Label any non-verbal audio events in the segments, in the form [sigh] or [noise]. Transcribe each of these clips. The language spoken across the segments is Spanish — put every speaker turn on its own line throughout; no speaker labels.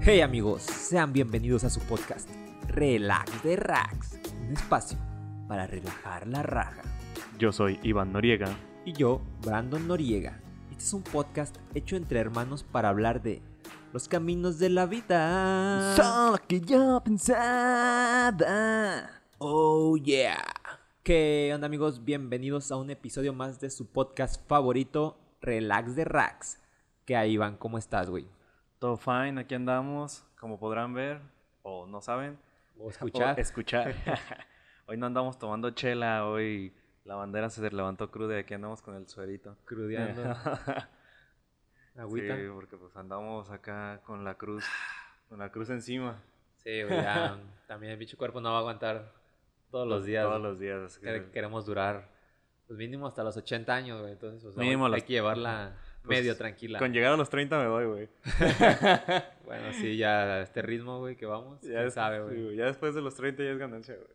Hey amigos, sean bienvenidos a su podcast Relax de Racks, un espacio para relajar la raja.
Yo soy Iván Noriega.
Y yo, Brandon Noriega. Este es un podcast hecho entre hermanos para hablar de los caminos de la vida.
Son lo que yo pensaba.
Oh yeah. ¿Qué onda amigos? Bienvenidos a un episodio más de su podcast favorito, Relax de Racks. ¿Qué hay Iván? ¿Cómo estás, güey?
Todo fine, aquí andamos, como podrán ver, o no saben,
¿O escuchar?
o escuchar. [laughs] hoy no andamos tomando chela, hoy la bandera se levantó cruda y aquí andamos con el suerito. [laughs]
Crudeando. Agüita.
Sí, porque pues andamos acá con la cruz, con la cruz encima.
Sí, güey, ya, también el bicho cuerpo no va a aguantar todos los días.
Todos
güey.
los días. así
Que-
que-
Queremos durar, pues mínimo hasta los 80 años, güey. Entonces, o sea,
Mínimo
hay
los-
que llevarla
Pues,
medio tranquila.
Con llegar a los 30 me doy, güey.
Bueno, sí, ya a este ritmo, güey, que vamos, ya
des-
sabe,
sí,
güey.
Ya después de los 30 ya es ganancia, güey.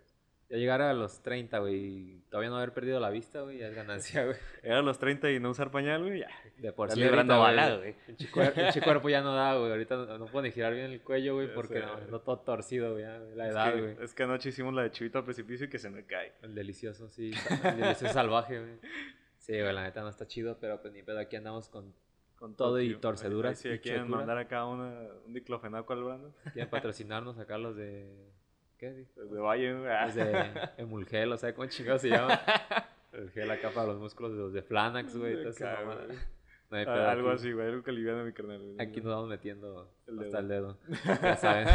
Ya llegar a los 30, güey, y todavía no haber perdido la vista, güey, ya es ganancia, güey.
Llegar a los 30 y no usar pañal, güey, ya.
De por
Estás
sí.
librando
ahorita,
bala,
güey,
güey.
pinche cuer- pinche cuerpo ya no da, güey. Ahorita no, no puedo ni girar bien el cuello, güey,
Ya
porque
sé,
no,
güey.
ando todo torcido, güey, ya, güey, la
Es
edad,
que-
güey.
es que anoche hicimos la de chivito a precipicio y que se me cae.
El delicioso, sí. [laughs] El delicioso salvaje, güey. Sí, güey, la neta no está chido, pero pues ni pedo, aquí andamos con...
Con
Todo
Tokio.
y torceduras,
Ahí Sí,
pinche
quieren
cura.
mandar acá una- un diclofenaco al Brandon.
Quieren patrocinarnos acá los de... ¿Qué? dijo?
Desde Valle, güey. Ah,
Los de Emulgel, o sea, ¿cómo chingados se [laughs] llama? El gel acá para los músculos de los de Flanax, güey.
Me
toda esa
cago,
mamada.
güey.
No hay
Ah,
pedo,
algo
aquí-
así, güey. Algo que aliviana mi carnal. güey.
Aquí nos vamos metiendo
El
hasta el dedo. [laughs] Ya saben.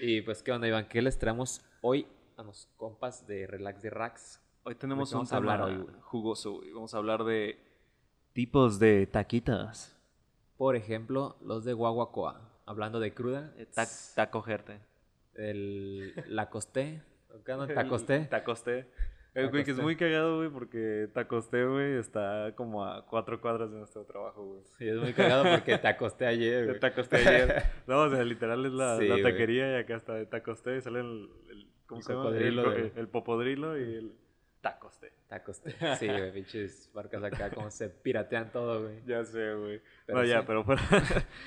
y pues, ¿qué onda, Iván? ¿Qué les traemos hoy a los compas de Relax de Racks?
Hoy
tenemos
tenemos
un
un tema
tema
jugoso, güey. Vamos a hablar de tipos de taquitas.
Por ejemplo, los de Guaguacoa. Hablando de cruda,
tacogerte.
el, la costé. ¿Acá no? [laughs]
[laughs]
¿Tacosté?
Tacoste. Eh, güey, que es
Tacosté.
muy cagado, güey, porque Tacoste, güey, está como a cuatro cuadras de nuestro trabajo, güey.
Sí, es muy cagado porque te acosté ayer,
De
güey.
Tacoste ayer. [laughs] No, o sea, literal es la,
Sí,
la
güey.
taquería y acá está de Tacoste y sale el, el- ¿cómo
El
se llama?
cocodrilo
el, co-
del-
el popodrilo y el Tacoste.
Te acosté. Sí, güey, pinches barcas acá como se piratean todo, güey.
Ya sé, güey.
Pero
no, ya,
sí.
pero fuera.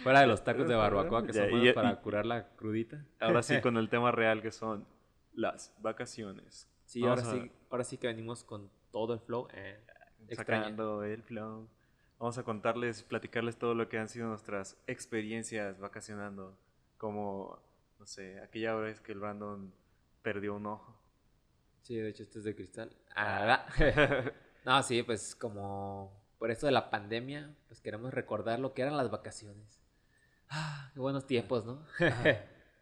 Fuera de los tacos de barbacoa que
Ya,
son
y-
buenos
y-
para curar la crudita.
[laughs] ahora sí, con el tema real que son las vacaciones.
[laughs] Sí,
Vamos
ahora
a-
sí, ahora sí que venimos con todo el flow. eh. Extraña.
Sacando el flow. Vamos a contarles, platicarles todo lo que han sido nuestras experiencias vacacionando. Como, no sé, aquella vez que el Brandon perdió un ojo.
Sí, de hecho este es de cristal. Ah, ¿verdad? [laughs] no, sí, pues como por eso de la pandemia, pues queremos recordar lo que eran las vacaciones. Ah, qué buenos tiempos, ¿no?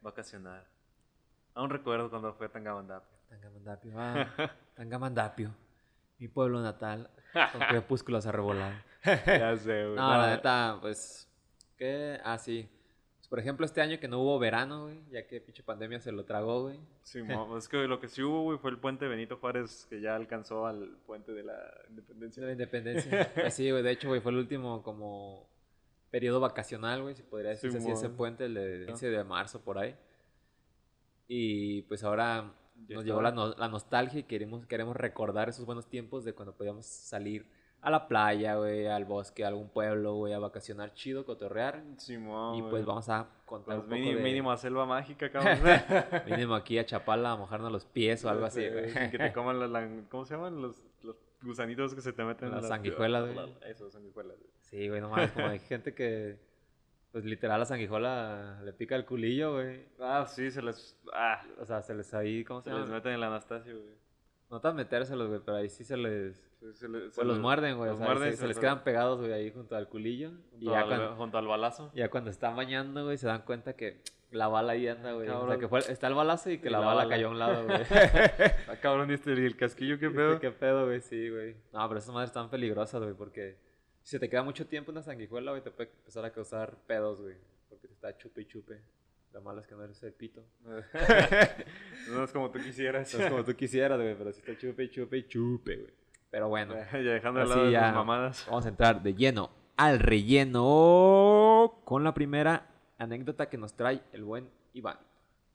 Vacacionar. Aún recuerdo cuando fue a Tangamandapia.
Tangamandapio, ah, Tangamandapio, mi pueblo natal, con crepúsculos a revolar.
ya sé, güey.
No, la
No,
neta, pues. ¿Qué? Ah, sí. Pues, por ejemplo, este año que no hubo verano, güey. Ya que pinche pandemia se lo tragó, güey.
Sí, mo- es que lo que sí hubo, güey, fue el puente Benito Juárez que ya alcanzó al puente de la
De la
Independencia.
independencia. Pues sí, güey. De hecho, güey, fue el último como periodo vacacional, güey. Si podría decirse así,
Simón.
ese puente, el de 15 de marzo, por ahí. Y pues ahora
Ya
nos
está.
llegó la, no- la nostalgia y queremos, queremos recordar esos buenos tiempos de cuando podíamos salir a la playa, güey, al bosque, a algún pueblo, güey, a vacacionar chido, cotorrear.
Simón,
y
güey.
pues vamos a contar
Pues
un poco
mini-
de-
mínimo a selva mágica, cabrón.
[laughs] Mínimo aquí a Chapala a mojarnos los pies o algo así,
Sí,
güey.
sí, Que te coman las, lan- ¿cómo se llaman? Los, los gusanitos que se te meten Ah,
Las sanguijuelas, güey.
Eso, sanguijuelas. güey.
[laughs] Sí, güey, no mames, como hay gente que, pues literal, la sanguijuela le pica el culillo, güey.
Ah, sí, se les, ah,
O sea, se les ahí, ¿cómo se
se les
llama?
meten el Anastasio, güey.
No tan metérselos, güey, pero ahí sí se les...
Sí, se les- se
Pues los
les-
muerden, güey. o
los
sea, ahí
muerden,
se,
se
se les
les-
quedan pegados, güey, ahí junto al culillo. Y
Junto,
ya
al,
cuando,
junto al balazo.
ya cuando están bañando, güey, se dan cuenta que la bala ahí anda, güey. O sea,
Cabrón.
que fue- está el balazo y que
Y
la,
la
bala
bala.
cayó a un lado, güey.
Ah, cabrón, ¿y este- y el casquillo [laughs] qué
Sí, [laughs]
pedo?
¿Qué pedo, güey? Sí, güey. No, pero esas madres están peligrosas, güey, porque si se te queda mucho tiempo una sanguijuela, güey, te puede empezar a causar pedos, güey. Porque te está chupe y chupe. Lo malo es que no eres el pito.
[laughs] no es como tú quisieras.
[laughs] No es como tú quisieras, güey, pero sí está chupe y chupe y chupe, güey. Pero bueno,
ya dejando de
Así
lado
ya. [laughs]
las mamadas.
vamos a entrar de lleno al relleno con la primera anécdota que nos trae el buen Iván.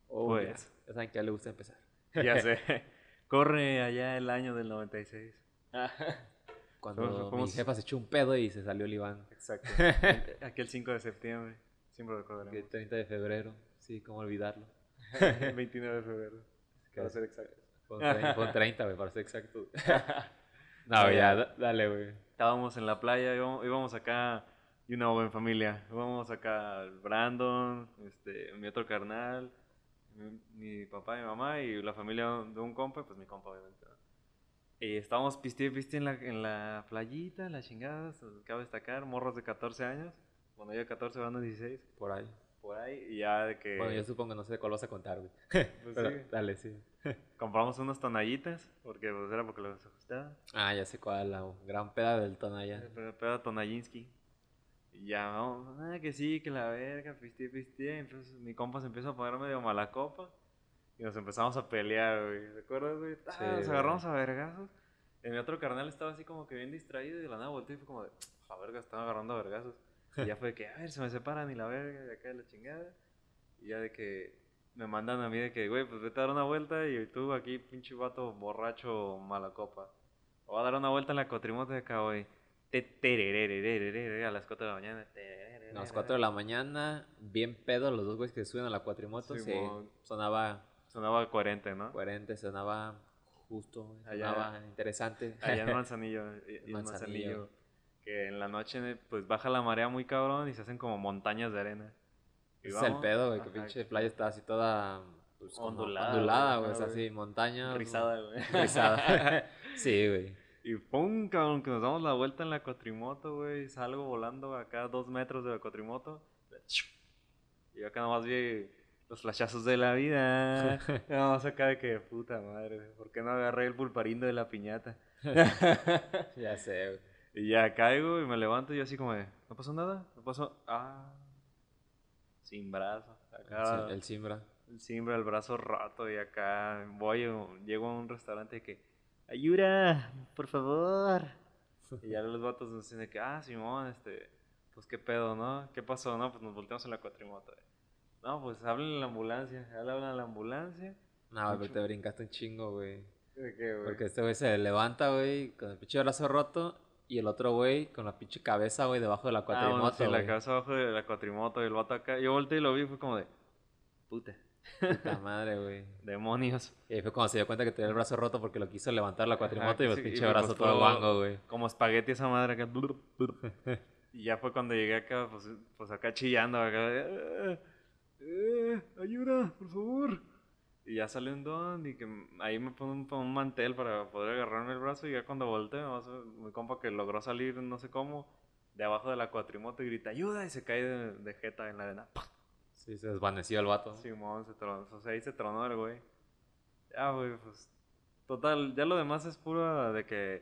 Oh,
Pues.
Ya, ya saben que a él le gusta empezar.
Ya sé. Corre allá el año del 96.
Cuando
Fuimos-
mi
fuimos-
jefa se echó un pedo y se salió el Iván.
Exacto. Aquel 5 de septiembre. Siempre lo
El
recordaremos.
30 de febrero, sí, cómo olvidarlo.
El 29 de febrero. Para ser exacto.
Fue un trein- fue un 30, güey, para ser
[laughs]
exacto. No, ya, da- dale, güey.
Estábamos en la playa, íbamos, íbamos acá y una buena familia. Íbamos acá el Brandon, este, mi otro carnal, mi, mi papá, mi mamá y la familia de un compa, pues mi compa obviamente. ¿no? Y estábamos piste piste en la, en la playita, en la chingada, se- cabe destacar, morros de 14 años. Bueno, yo de 14, Brandon 16,
Por ahí.
por ahí, y ya de que
Bueno, yo supongo, no sé de cuál vas a contar, güey.
pues,
Pero,
Eh. sí,
Dale, sí.
compramos unas tonallitas, porque pues era porque les gustaba.
Ah, ya sé cuál, la gran peda del Tonaya.
Pero pedo Tonajinsky. Y ya vamos, ah, que sí, que la verga, piste, piste. Entonces mi compa se empieza a poner medio mala copa. Y nos empezamos a pelear, güey. ¿Te acuerdas, güey? Ah,
Sí,
nos
güey.
agarramos a vergazos. Y mi otro carnal estaba así como que bien distraído. Y de la nada volteé y fue como de, la verga, están agarrando a vergazos. Y ya fue de que, a ver, se me separan y la verga, de acá de la chingada. Y ya de que me mandan a mí de que, güey, pues vete a dar una vuelta y tú aquí, pinche vato borracho, mala copa. Voy a dar una vuelta en la cotrimote de acá hoy. Te- tererererererere, A las 4 de la mañana.
A las 4 de la mañana, bien pedo, los dos güeyes que suben a la cuatrimoto. Sí,
Simón.
sonaba
Sonaba 40, ¿no?
coherente, sonaba justo, güey,
Allá-
sonaba interesante.
Allá en Manzanillo. eh, y- y en
Manzanillo.
Manzanillo. Que en la noche pues baja la marea muy cabrón y se hacen como montañas de arena. Y
Ese es el
vamos,
pedo, güey, que
ajá,
pinche playa está así toda pues, como
Ondulada,
ondulada,
güey,
güey, o sea,
ajá, güey.
así, montaña.
Rizada,
[laughs]
güey.
Rizada.
[laughs]
sí, güey.
Y pum, cabrón, que nos damos la vuelta en la cuatrimoto, güey. Salgo volando acá a dos metros de la cuatrimoto. Y yo acá nomás vi los flashazos de la vida. Vamos acá de que puta madre, güey, ¿por qué no agarré el pulparindo de la piñata?
Ya sé, güey.
y ya caigo y me levanto y yo así como de, ¿no pasó nada? ¿No pasó? Ah, sin brazo. Acá,
El Simbra.
el simbre, el brazo roto y acá voy, llego a un restaurante que, ayuda, por [laughs] favor. Y ya los vatos nos dicen de que, ah, Simón, este, pues qué pedo, ¿no? ¿Qué pasó? No, pues nos volteamos en la cuatrimoto. eh. No, pues hablen a la ambulancia, ya le hablan a la ambulancia.
No, güey, pero
Mucho.
te brincaste un chingo, güey.
¿De qué, güey?
Porque este güey se levanta, güey, con el pinche brazo roto y el otro güey con la pinche cabeza, güey, debajo de la
Ah, bueno,
cuatrimoto,
sí, la
güey.
cabeza abajo de la cuatrimoto y el vato acá. Yo volteé y lo vi y fue como de, puta,
Puta madre, güey.
demonios.
Y ahí fue cuando se dio cuenta que tenía el brazo roto porque lo quiso levantar la cuatrimoto y
que
el
sí, y
pinche
pues,
brazo
pues,
todo
todo-
guango, güey.
Como espagueti esa madre acá. blur, blur. Y ya fue cuando llegué acá, pues, pues acá chillando, acá. "Eh, eh, ayuda, por favor. Y ya sale un don y que m- ahí me pone un, un mantel para poder agarrarme el brazo y ya cuando volteo, o sea, mi compa que logró salir no sé cómo, de abajo de la cuatrimoto y grita, ayuda, y se cae de, de jeta en la arena. ¡Pah!
Sí, se desvaneció el vato.
Simón se tronó, o sea, ahí se tronó el güey. Ya, güey, pues. Total, ya lo demás es puro de que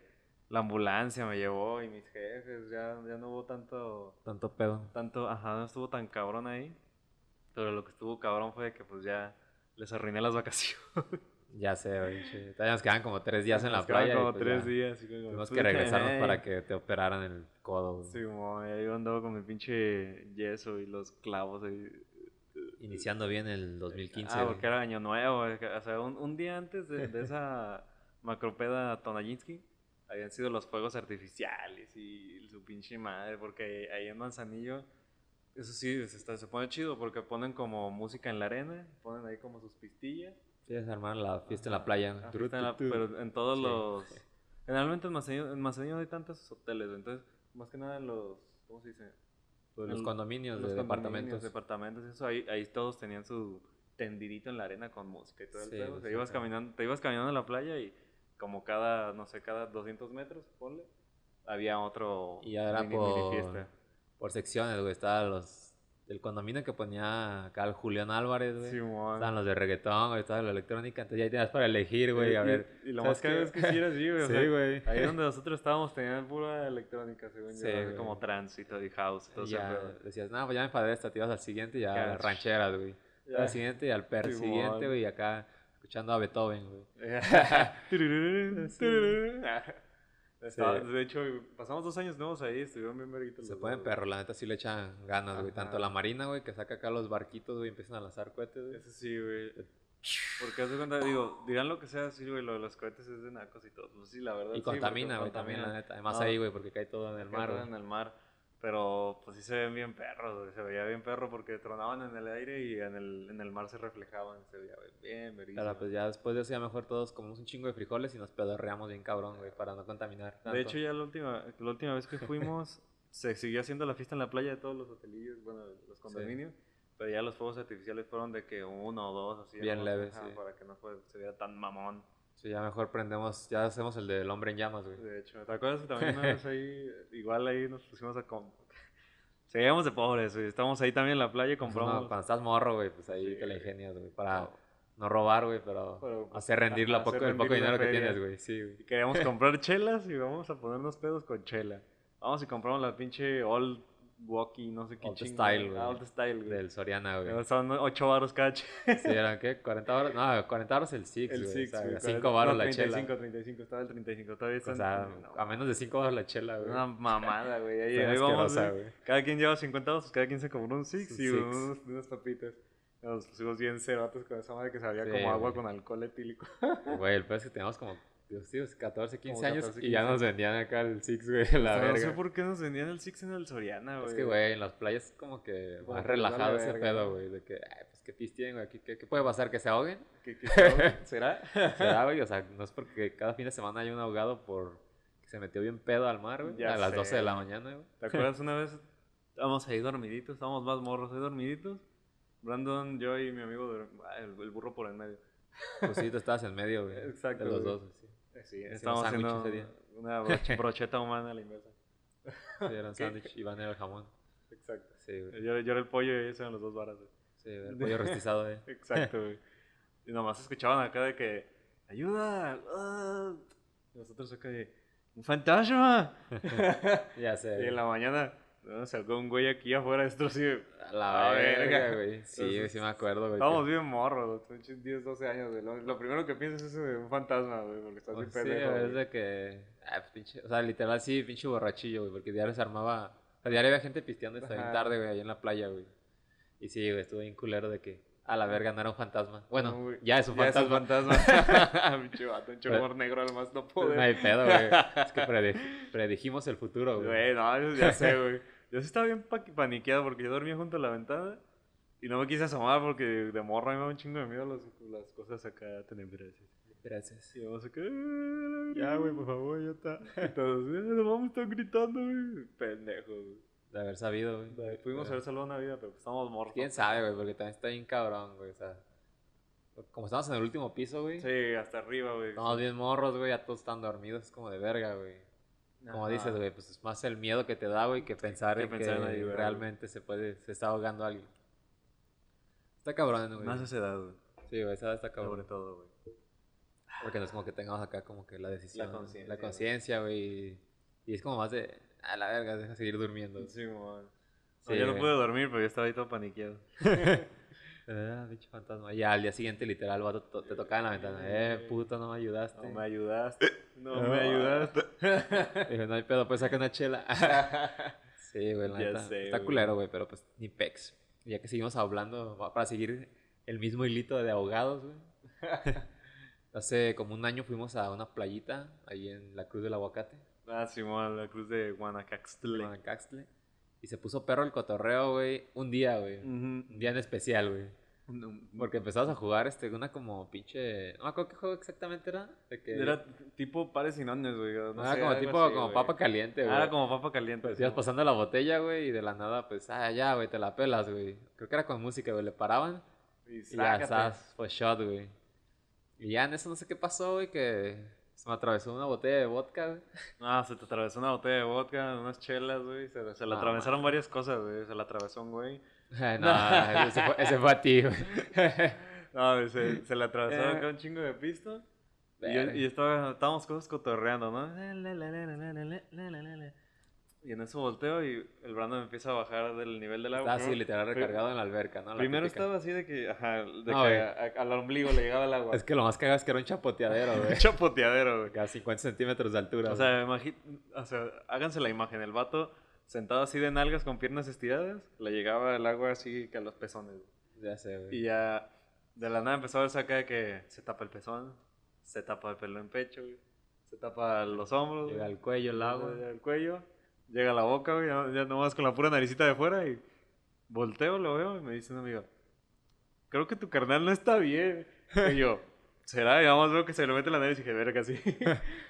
la ambulancia me llevó y mis jefes, ya, ya no hubo tanto,
Tanto pedo.
tanto, ajá, no estuvo tan cabrón ahí. Pero lo que estuvo cabrón fue de que pues ya les arruiné las vacaciones.
Ya sé, güey. sí. Todavía nos quedaban como tres [laughs] días en la
Nos quedaban
playa. y
como
pues
tres
ya
días. y fue como,
Tuvimos que
"Puta,
regresarnos
ey".
para que te operaran el codo, güey.
Simón, y ahí yo andaba con mi pinche yeso y los clavos ahí.
Iniciando bien el 2015.
Ah,
güey.
porque era año nuevo. es que, O sea, un, un día antes de, de esa macropeda Tonajinsky habían sido los fuegos artificiales y su pinche madre, porque ahí en Manzanillo, eso sí, se, está- se pone chido porque ponen como música en la arena, ponen ahí como sus pistillas.
Sí, armaron la fiesta en la playa. güey.
Ah, fiesta en la- pero en todos
Sí.
los... Generalmente en Manzanillo, en Manzanillo no hay tantos hoteles, entonces más que nada en los... ¿Cómo se dice?
los
en-
condominios
los
de departamentos.
condominios, departamentos, eso ahí, ahí todos tenían su tendidito en la arena con música y todo el
Sí,
pedo.
güey,
Te
sí,
ibas
claro.
caminando, te ibas caminando en la playa y como cada, no sé, cada 200 metros, ponle, había otro
Y ya era
mini, mini
por-
fiesta.
Por secciones, güey. Estaba los. El condominio que ponía acá el Julián Álvarez, güey.
Simón.
Estaban los de reggaetón, güey. Estaba la electrónica. Entonces ya tenías para elegir, güey. A
Y-
ver.
Y, y lo
¿sabes
más caro
qué?
es que sí era
[laughs]
así, güey. o sea,
Sí, güey.
Ahí donde nosotros estábamos tenían pura electrónica, según
Sí,
yo, así
güey.
como tránsito y house,
[laughs]
todo
Y
ese
ya
pedo.
decías, no, pues ya me enfadé de esta, te ibas al siguiente y ya
Ya.
a las rancheras, güey.
Ya.
Al
[laughs]
siguiente y al per
Simón.
siguiente, güey, y acá escuchando a Beethoven, güey.
Turururún,
Sí.
turururún. Ah. Estaba-
Sí.
De hecho, pasamos dos años nuevos ahí, estuvieron bien verguitos.
Se
los
pueden
dos,
perro, la neta sí le echan ganas, güey.
Ajá.
Tanto la marina, güey, que saca acá los barquitos, güey, y empiezan a lanzar cohetes,
güey.
güey.
Eso sí, güey. Porque hace cuenta, digo, dirán lo que sea, sí, güey, lo de los cohetes es de nacos y todo. Pues sí, la verdad.
Y
sí, porque
contamina, güey, también, la neta. Además
No,
ahí, güey, porque cae todo en el
que
mar,
andan
güey.
en el mar. Pero pues sí se ven bien perros, güey, Se veía bien perro porque tronaban en el aire y en el, en el mar se reflejaban. Se veía bien, verísimo.
Pero pues ya después de eso, ya mejor todos comemos un chingo de frijoles y nos pedorreamos bien cabrón, güey, para no contaminar. tanto.
De hecho, ya la última, la última vez que
[laughs]
fuimos, se siguió haciendo la fiesta en la playa de todos los hotelillos, bueno, de los condominios. Pero ya los fuegos artificiales fueron de que uno o dos, así.
Bien
nomás,
leves,
ajá,
sí.
Para que no fue- se viera tan mamón.
Sí, ya mejor prendemos, ya hacemos el del hombre en llamas, güey.
De hecho, ¿te acuerdas que también una vez ahí, [laughs] igual ahí nos pusimos a... com- Seguíamos de pobres, güey. Estábamos ahí también en la playa y
No,
compramos...
cuando estás morro, güey, pues ahí
Sí,
te la
güey.
ingenias, güey, para no robar, güey, pero,
Pero, pues,
hacer rendir la
ajá,
poco,
hacer
el poco
rendir la
dinero que
feria.
tienes, güey, sí, güey.
Y
[laughs]
queríamos comprar chelas y vamos a ponernos pedos con chela. Vamos y compramos la pinche Old Walkie, no sé qué
Old
chingada.
Style, güey.
Ah, Old Style, güey.
Del Soriana,
Pero
güey.
Son 8 baros cada chela.
Sí, eran, ¿qué? ¿40 baros? No, 40 baros el Six,
El
güey.
6,
o sea,
güey.
5 baros
No,
la
35,
chela.
35, estaba el 35,
O
todavía están...
sea,
no,
a menos de 5 baros la chela, güey.
una mamada, güey. Ahí,
Está
ahí vamos,
asquerosa,
güey.
güey.
Cada quien lleva 50 pesos, cada quien se compró un six
Un
y
six.
Unos, unas papitas. Nos pusimos bien cerotes con esa madre que sabía
Sí,
como agua
güey.
con alcohol etílico.
Güey, el peor es que teníamos como, Dios tío, 14, 15 años
14,
y ya
15.
nos vendían acá el Six, güey, la
O sea, no
verga.
sé por qué nos vendían el six en el Soriana, güey.
Es que, güey, en las playas como que
Como
más
que les vale
relajado ese
verga,
pedo,
¿no?
güey. De que, ay, pues que pisteen, güey. ¿Qué, qué, qué puede pasar? ¿Que se
[laughs]
ahoguen?
¿Qué- qué
[laughs]
será? ¿Será?
¿Será, güey? O sea, no es porque cada fin de semana hay un ahogado por que se metió bien pedo al mar, güey.
Ya
A las
sé.
12 de la mañana, güey.
¿Te acuerdas una vez? Estábamos ahí dormiditos, estábamos más morros ahí dormiditos. Brandon, yo y mi amigo, dur- ah, el, el burro por el medio.
Pues sí, tú estabas en medio, güey.
[laughs] Exacto,
De los
güey.
dos, güey, Eh, sí.
Sí,
Hicimos
estábamos
sándwich
haciendo
ese día. [laughs]
una broche- brocheta humana a la inversa.
Sí, era un sándwich. Iván era el jamón.
Exacto.
Sí, güey.
Yo, yo era el pollo y ellos eran los dos varas, güey.
Sí, el
[laughs]
pollo rostizado, eh. güey. [laughs]
Exacto, güey. Y nomás escuchaban acá de que, ayuda. ah". Y nosotros acá de, un fantasma.
Ya sé.
y en
güey.
la mañana no, sacó un güey aquí afuera, esto sí.
A la
la
verga,
verga.
güey. Sí,
Entonces,
güey, sí me acuerdo, güey.
Estábamos bien morros, güey, pinches 10, 12 años, güey. Lo, lo primero que piensas es de un fantasma, güey, porque estás bien
Pues sí,
pendejo.
güey, es
güey.
de que. ah, pues, pinche- o sea, literal, sí, pinche borrachillo, güey. Porque diario se armaba. O sea, diario había gente pisteando hasta bien
Ajá.
tarde, güey, ahí en la playa, güey. Y sí, güey, estuve bien culero de que. A la verga, no era un fantasma. Bueno,
No, güey.
ya es un fantasma.
fantasma. [laughs] Pinche vato, un chumor negro, además no
Pues, no
pude.
hay pedo, güey. Es
[laughs]
que predi- predijimos el futuro, güey.
Güey, no, eso
[laughs]
ya sé, güey. Yo sí estaba bien pa- paniqueado porque yo dormía junto a la ventana y no me quise asomar porque de morro a mí me da un chingo de miedo las, las cosas acá tenebrosas.
Gracias.
Y vamos acá. Ya, güey, por favor, ya está. [laughs] Entonces, nos vamos a estar gritando, güey. Pendejo, güey.
De haber sabido, güey.
Pudimos
Pero-
haber salvado una vida, pero pues estamos morros.
Quién sabe, güey, porque también está bien cabrón, güey. O sea, como estamos en el último piso, güey.
Sí, hasta arriba, güey.
Estamos bien morros, güey. Ya todos están dormidos. Es como de verga, güey. Como
Ajá.
dices, güey, pues es más el miedo que te da, güey, que pensar
Que
en
pensar en
que
ayudar, güey.
realmente se puede, se está ahogando alguien. Está cabrón, güey.
Más a esa edad, güey.
Sí, güey, esa está cabrón.
Sobre todo, güey.
Porque no es como que tengamos acá como que la decisión.
La conciencia,
La
güey.
conciencia, güey. Y es como más de, a la verga, deja seguir durmiendo.
Sí, mamá.
Sí,
yo no
güey.
pude dormir, pero yo estaba ahí todo paniqueado.
Ah, bicho fantasma. Y al día siguiente, literal, vato, to- te tocaba en la ventana. Eh, puto, no me ayudaste.
No me ayudaste. No,
No.
me ayudaste.
[laughs] Dije, no hay pedo, pues saca una
[laughs]
chela. sí, güey, la
Ya
neta.
sé,
Está
güey.
culero, güey, pero pues ni pex. Y Ya que seguimos hablando, va- para seguir el mismo hilito de ahogados,
[laughs]
güey. Hace como un año fuimos a una playita ahí en la Cruz del Aguacate,
Ah, Simón, la cruz de
en
Guanacaxtle.
Guanacaxtle. Y se puso perro el cotorreo, güey, un día, güey. Un día en especial, güey. Porque empezamos a jugar este, una como pinche. No me acuerdo qué juego exactamente era. de que-
Era tipo pares sinones, güey. No,
no, era
sé,
Ah, como
algo
tipo
así,
como
güey.
papa caliente, güey.
Ah, Era como papa caliente.
Pues ibas
Simón.
pasando la botella, güey, y de la nada, pues, ah, ya, güey, te la pelas, güey. Creo que era con música, güey, le paraban
Y
y ya,
sácate.
zas, fue shot, güey. Y ya en eso no sé qué pasó, güey, que se me atravesó una botella de vodka, güey. [laughs]
Ah, se te atravesó una botella de vodka, unas chelas, güey. Se, se le
No,
atravesaron varias cosas, güey. Se le atravesó un güey. [laughs]
no, ese fue, ese fue a ti, güey.
No, güey, se, se le atravesó
Eh.
acá un chingo de pisto. Y, yo-
Verga.
y estaba- estábamos cosas cotorreando, ¿no? La, la, la, la, la, la, la, la, la, la, la. Y en eso volteo y el Brandon empieza a bajar del nivel del agua.
Estaba así,
Primero-
Ah, literal,
pri-
recargado en la alberca, ¿no? La
Primero
típica.
estaba así de que, ajá, de
No,
que
güey.
a- a- al ombligo le llegaba el agua.
Es que lo más cagado es que era un
[laughs]
chapoteadero,
Un
güey.
chapoteadero, güey.
Acá 50 centímetros de altura,
O
güey.
sea, imagi- o sea, háganse la imagen, el vato sentado así de nalgas con piernas estiradas, le llegaba el agua así que a los pezones.
Ya sé, güey.
Y ya De la nada empezó a verse acá de que se tapa el pezón, se tapa el pelo en pecho, güey, se tapa los hombros,
Llega
güey,
al cuello el
[laughs]
agua.
llega el cuello, llega la boca, güey, ya, ya nomás con la pura naricita de fuera y volteo, lo veo y me dice un amigo, creo que tu carnal no está bien. Y yo, ¿será? Y nada más veo que se le mete la nariz y dije, verga,
[laughs]
sí.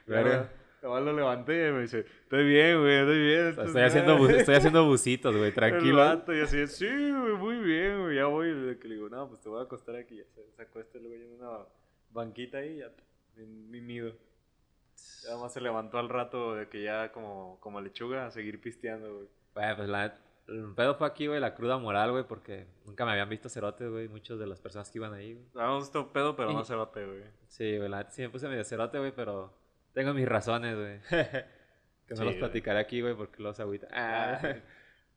Verga.
Nomás lo levanté y me dice, estoy bien, güey, estoy bien.
Estoy haciendo, bu- estoy haciendo busitos, güey,
[laughs] El
tranquilo.
vato, y así, sí, güey, muy bien, güey, ya voy. Y le- que le digo, no, pues te voy a acostar aquí. Ya se, se acuesta luego en una banquita ahí, ya, en mi nido. Y Además se levantó al rato de que ya como, como lechuga a seguir pisteando, güey.
Güey, pues la, el pedo fue aquí, güey, la cruda moral, güey, porque nunca me habían visto cerotes, güey, muchas de las personas que iban ahí, güey.
Daba un gusto pedo, pero no
Y-
se bate, güey.
Sí, güey, la neta sí me puse medio cerote, güey, pero tengo mis razones, güey. [laughs] que no los
Sí, güey.
platicaré aquí, güey, porque los agüita. Ah. [laughs]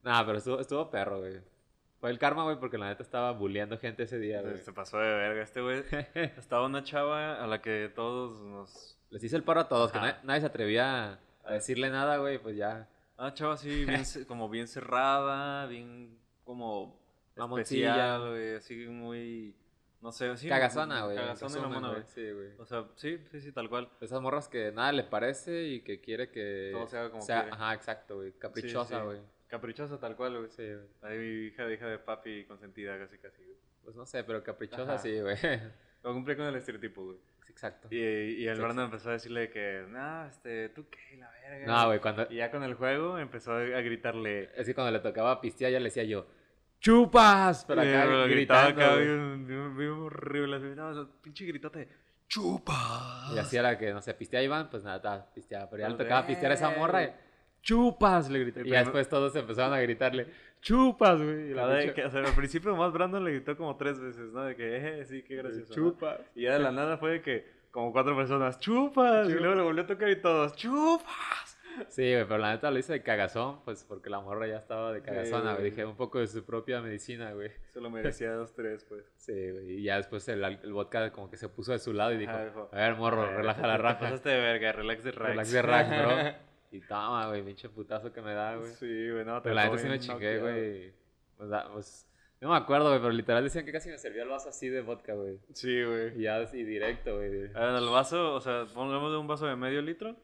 Ah.
nah, pero estuvo, estuvo perro, güey. Fue el karma, güey, porque la neta estaba bulleando gente ese día, güey. [laughs]
Se, se pasó de verga este güey. Estaba una chava a la que todos nos...
Les hice el paro a todos, que
Ajá.
na- nadie se atrevía a decirle nada, güey, pues ya.
Una chava así, bien, ce- como bien cerrada, bien como
Mamoncilla.
especial, güey, así muy... No sé, así...
Cagazona, güey. en
Cagazona y
resumen,
mamona, güey.
Sí, güey.
O sea, sí, sí, sí, tal cual.
Esas morras que nada le parece y que quiere que...
Todo se haga como quiere.
Ajá, exacto, güey. Caprichosa,
sí.
güey.
Caprichosa tal cual, güey.
Sí, güey.
Ahí mi hija de hija de papi consentida casi casi, güey.
Pues no sé, pero caprichosa
Ajá.
sí, güey. [laughs]
Lo cumplí con el estereotipo, güey.
exacto.
Y, y el
Sí,
Brandon empezó a decirle que, no, este, tú qué, la verga.
No, güey, cuando...
Y ya con el juego empezó a gritarle.
Es que cuando le tocaba pistear ya le decía yo, ¡chupas! Pero
Eh,
acá
pero gritaba
gritando,
acá
güey.
bien, bien- bien horrible. Así, no, ese pinche gritote. ¡Chupa!
Y así era que, no sé, pistea Iván, pues nada, estaba pisteaba. Pero ya le
Pues,
tocaba pistear a esa morra y,
eh.
¡chupas! Le gritaba.
El
Y ya
primer-
después todos empezaron a
[laughs]
gritarle, ¡chupas, güey! Y la
Cada vez
pinche-
que- o [laughs] sea, al principio más Brandon le gritó como tres veces, ¿no? De que, eh, sí, qué gracioso. ¿no?
¡Chupas!
Y ya
[laughs]
de la nada fue de que como cuatro personas, chupas. Y
Chupas.
luego le volvió a tocar y todos, chupas.
Sí, güey, pero la neta lo hice de cagazón, pues porque la morra ya estaba de
Sí,
cagazona, güey.
güey.
Dije, un poco de su propia medicina, güey.
Se lo merecía dos, tres, pues.
Sí, güey. Y ya después el, al- el vodka como que se puso de su lado y dijo,
Ajá, dijo,
a ver, morro, [laughs] relaja la
Te
raja.
pasaste de verga, relax de rack.
Relax de rack, bro.
[laughs]
Y toma, güey, pinche putazo que me da, güey.
Sí, Ah, güey, no,
Pero la
tocó
neta sí me
bien
chingué,
noqueado.
güey. Pues, da- pues, no me acuerdo, güey, pero literal decían que casi me servía el vaso así de vodka, güey.
Sí, güey.
Y ya así directo, güey.
A ver, el vaso, o sea, pongamos de un vaso de medio litro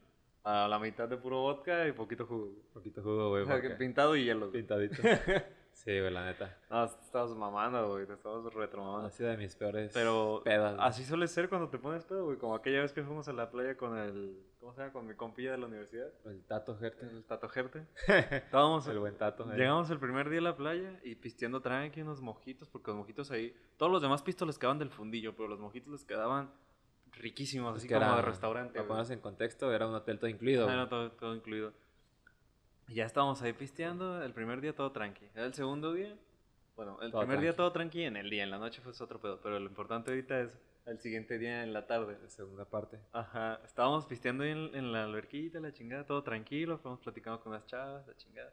a la mitad de puro vodka y poquito jugo. güey.
Un poquito jugo, güey.
O sea, que
vodka.
pintado y hielo. güey.
Pintadito.
[laughs]
sí, güey, la neta.
No, te estabas mamando, güey, te estabas retromamando.
Ha sido de mis peores
Ah. Pero
pedas. güey.
así suele ser cuando te pones pedo, güey. Como aquella vez que fuimos a la playa con el, ¿cómo se llama? Con mi compilla de la universidad.
El tato Hertel.
El tatojerte. [laughs] Estábamos,
El buen tato. eh.
Llegamos el primer día a la playa y pisteando tranqui unos mojitos, porque los mojitos ahí, todos los demás pistos les quedaban del fundillo, pero los mojitos les quedaban riquísimos,
Es
así
Pues que
como
era-
de restaurante.
Para
güey.
ponernos en contexto, era un hotel todo incluido.
Ah,
güey.
no, todo, todo incluido. Y ya estábamos ahí pisteando, el primer día todo tranqui. Era el segundo día, bueno, el
Todo
primer día
tranqui.
todo tranqui en el día, en la noche fue otro pedo, pero lo importante ahorita es el siguiente día en la tarde.
La segunda parte.
Ajá, estábamos pisteando ahí en, en la alberquita, la chingada, todo tranquilo, fuimos platicando con unas chavas, la chingada.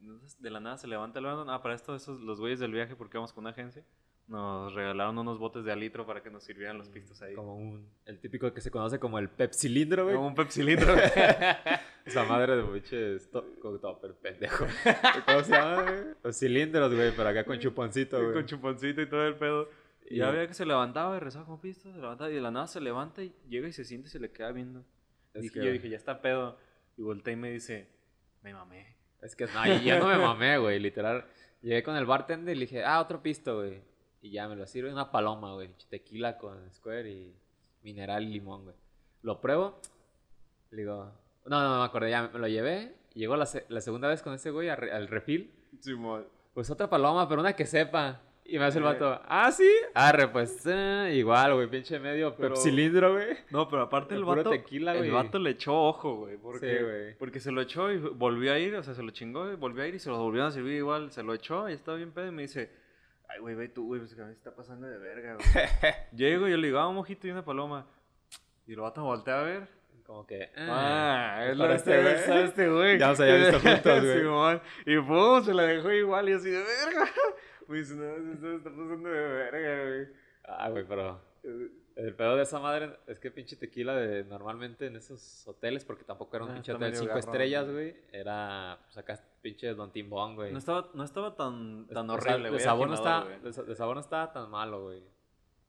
Entonces, de la nada se levanta el Brandon. Ah, para esto, esos, los güeyes del viaje, porque vamos con una agencia, nos regalaron unos botes de alitro para que nos sirvieran
Mm,
los pistos ahí. Como,
Como un... El típico que se conoce como el pepsilindro, [laughs] güey.
un pepsilindro. [laughs]
Esa madre de buches to- con topper, pendejo. ¿Cómo se llama, güey? Los cilindros, güey, pero acá con chuponcito, güey.
con chuponcito y todo el pedo. Y
Y-
ya veía que se levantaba y rezaba como pisto, se levantaba y de la nada se levanta y llega y se siente y se le queda viendo.
Es
Dije-
que-
yo dije, ya está pedo. Y volteé y me dice, me mamé.
Es que no, y yo no me mamé, güey, literal. Llegué con el bartender y le dije, ah, otro pisto, güey. Y ya me lo sirve una paloma, güey. Tequila con Square y mineral y limón, güey. Lo pruebo. Le digo, no, no, no me acordé, ya me lo llevé. Y llegó la, se- la segunda vez con ese güey al, re- al refil.
Simón.
Pues otra paloma, pero una que sepa. Y me hace el vato, ah, sí. Arre, pues eh, igual, güey, pinche medio
Pero-
pepsilindro, güey.
No, pero aparte
De
el
puro
vato,
tequila, güey.
el vato le echó ojo, güey.
Sí,
Porque,
güey.
porque se lo echó y volvió a ir, o sea, se lo chingó y volvió a ir y se lo volvieron a servir igual. Se lo echó y estaba bien pedo y me dice, ay, güey, ve tú, güey, pues que a mí se está pasando de
[laughs]
verga, güey. Llego y yo le digo, ah, un mojito y una paloma. Y el vato voltea a ver.
Como que, ah,
Ah,
es
es
para
la
este
este
güey.
güey. es la de este güey.
Ya nos había visto [laughs]
[laughs]
juntos, güey.
Simón. Y pum, se la dejó igual y así de verga. [laughs] Pues no, esto está pasando de verga,
ah, güey, pero
güey.
El pedo de esa madre es que pinche tequila de normalmente en esos hoteles, porque tampoco era un
Ah,
pinche
está
hotel
medio
cinco
garrón,
estrellas,
güey.
güey. Era, pues acá pinche Don Timbón, güey.
No estaba, no estaba tan, tan
O sea,
horrible,
El
güey.
sabor, no
afinador,
está, el sa- el sabor no estaba tan malo, güey.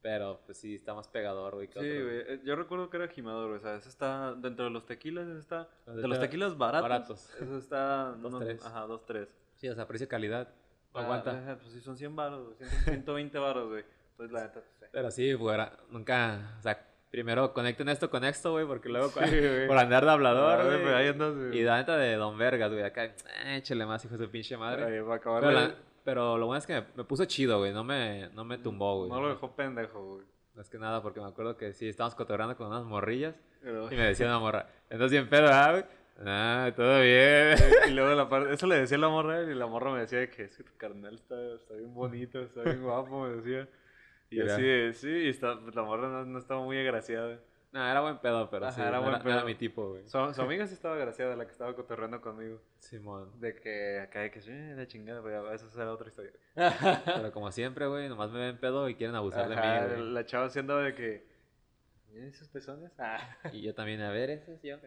Pero pues sí, está más pegador, güey. que
Sí,
otro,
güey. eh, Yo recuerdo que era gimador, güey. O sea, eso está dentro de los tequilas, eso está.
Los
De
tequilas
los tequilas baratos.
baratos.
Eso está.
[laughs] Dos,
no,
tres.
Ajá, dos, tres.
Sí, o sea, precio calidad.
Ah,
Aguanta.
ajá, pues sí, son 100 baros, güey.
[laughs]
100, 120 baros, güey. Entonces, la neta, pues,
Pero sí, güey, era- nunca, o sea, primero conecten esto con esto, güey, porque luego cua- [laughs]
güey.
por andar de hablador,
Ahora, pero
güey.
ahí andas, güey.
Y la neta de Don Vergas, güey, acá, eh, échele más, hijo de su pinche madre.
Oye, para acabar
Pero, la- pero lo bueno es que me, me puso chido, güey, no me, no me tumbó, güey.
No lo dejó pendejo, güey.
Más que nada porque me acuerdo que sí, estábamos cotorreando con unas morrillas
Pero-
y me decía una morra, ¿estás bien pedo, ah, güey? Ah, todo bien. [laughs]
Y luego la parte, eso le decía la morra y la morra me decía de que es que tu carnal está, está bien bonito, está bien guapo, me decía. Y
Mira.
así de, sí, y está, pues, la morra no, no estaba muy agraciada.
No, era buen pedo, pero
Ajá,
sí,
era
no
buen
no era
pedo.
mi tipo, güey.
Su, su amiga sí estaba agraciada, la que estaba cotorreando conmigo.
Simón.
De que acá de que sí, la chingada, pero eso será otra historia.
Pero como siempre, güey, nomás me ven pedo y quieren abusar
Ajá,
Pues de mí, güey.
la chava haciendo de que. ¿Miren esos pezones? Ah.
Y yo también, a ver, ese es
[laughs]
yo.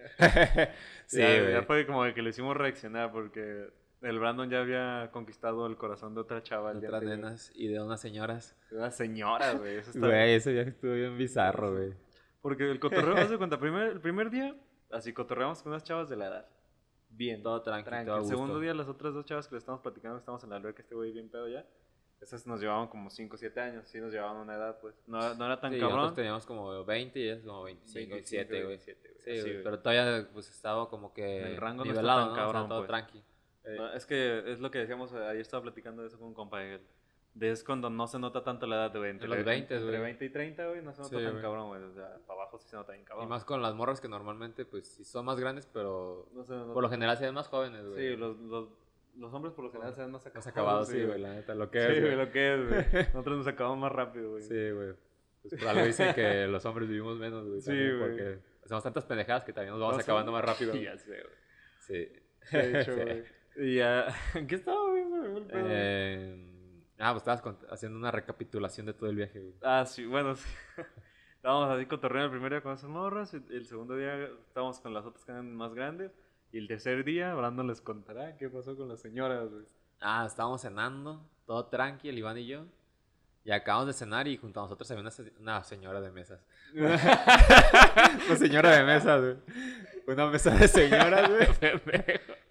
sí,
ya,
güey.
ya fue como de que le hicimos reaccionar porque el Brandon ya había conquistado el corazón de otra chava.
De
el día
otras
anterior.
nenas y de unas señoras.
De una señora, güey. Eso está
Güey, ese viaje estuvo bien bizarro, güey.
Porque
[laughs]
el cotorreo, haz de cuenta, primer, el primer día, así cotorreamos con unas chavas de la edad. Bien.
Todo tranquilo,
tranqui.
todo a
El
gusto.
segundo día, las otras dos chavas que le estamos platicando, que estamos en la alberca, este güey bien pedo ya. Esas nos llevaban como 5 o 7 años, sí nos llevaban una edad, pues. No, no era tan
Sí,
cabrón.
nosotros teníamos como 20 y ellos como 25, 27, güey. Sí,
27, güey.
güey,
Así, güey.
pero todavía pues estaba como que
En el rango no está
nivelado,
tan
¿no? O sea,
cabrón,
todo
pues.
tranqui.
No, es que es lo que decíamos, eh, ayer estaba platicando de eso con un compa de él. De es cuando no se nota tanto la edad, güey. Entre,
los 20,
entre
güey.
20 y 30, güey, no se nota
Sí,
tan
güey.
cabrón, güey. O sea, para abajo sí se nota bien
Y
cabrón.
más con las morras que normalmente pues sí son más grandes, pero
No se nota-
por lo general se ven más jóvenes, güey.
Sí, los, los, los hombres por lo general se ven más acabados.
Más acabados, sí, güey,
Sí,
la neta, lo que es,
güey,
güey.
lo que es, güey.
[laughs]
Nosotros nos acabamos más rápido, güey.
Sí, güey. Pues por algo dicen
[laughs]
que los hombres vivimos menos, güey.
Sí,
también,
güey.
Porque hacemos tantas pendejadas que también nos vamos
No, sí.
acabando más
[laughs]
rápido.
Y
güey.
ya sé, güey.
Sí.
[laughs] De hecho,
Sí.
güey. Y ya. [laughs] ¿Qué estaba, güey? Se me fue el pedo, güey.
Eh, ah, pues estabas cont- haciendo una recapitulación de todo el viaje, güey.
Ah, sí, bueno, sí. [laughs] Estábamos así cotorreando el primer día con esas morras, y el segundo día estábamos con las otras que eran más grandes, y el tercer día Brandon les contará qué pasó con las
[laughs]
señoras, güey.
Ah, estábamos cenando, todo tranqui, el Iván y yo. Y acabamos de cenar y junto a nosotros se ve una, se- una señora de
[laughs]
mesas. una señora de mesas, güey. Una mesa de señoras,
[laughs]
güey.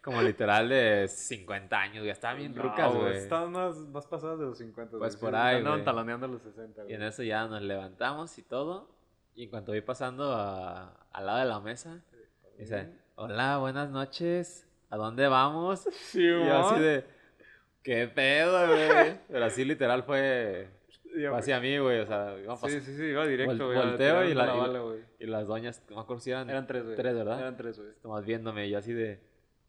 Como literal de 50 años, güey. Estaban bien
No,
rucas, güey.
Estaban más, más pasadas de los 50,
Pues
güey,
por
sí,
ahí,
Andaban
güey.
taloneando los 60,
Y
güey.
en eso ya nos levantamos y todo. Y en cuanto voy pasando a- al lado de la mesa, dice, hola, buenas noches, ¿a dónde vamos?
Sí,
Y yo así de, ¿qué pedo, güey? Pero así literal fue,
Ya,
fue
güey.
hacia mí, güey, o sea, iba
Sí,
pas-
sí, sí, iba directo,
pues, Vol-
güey. a
volteo y
tirarme
la- y-
bala, güey.
y las doñas, no me acuerdo si eran,
Eran tres, güey.
tres, ¿verdad?
Eran tres, güey.
nomás viéndome, y yo así de,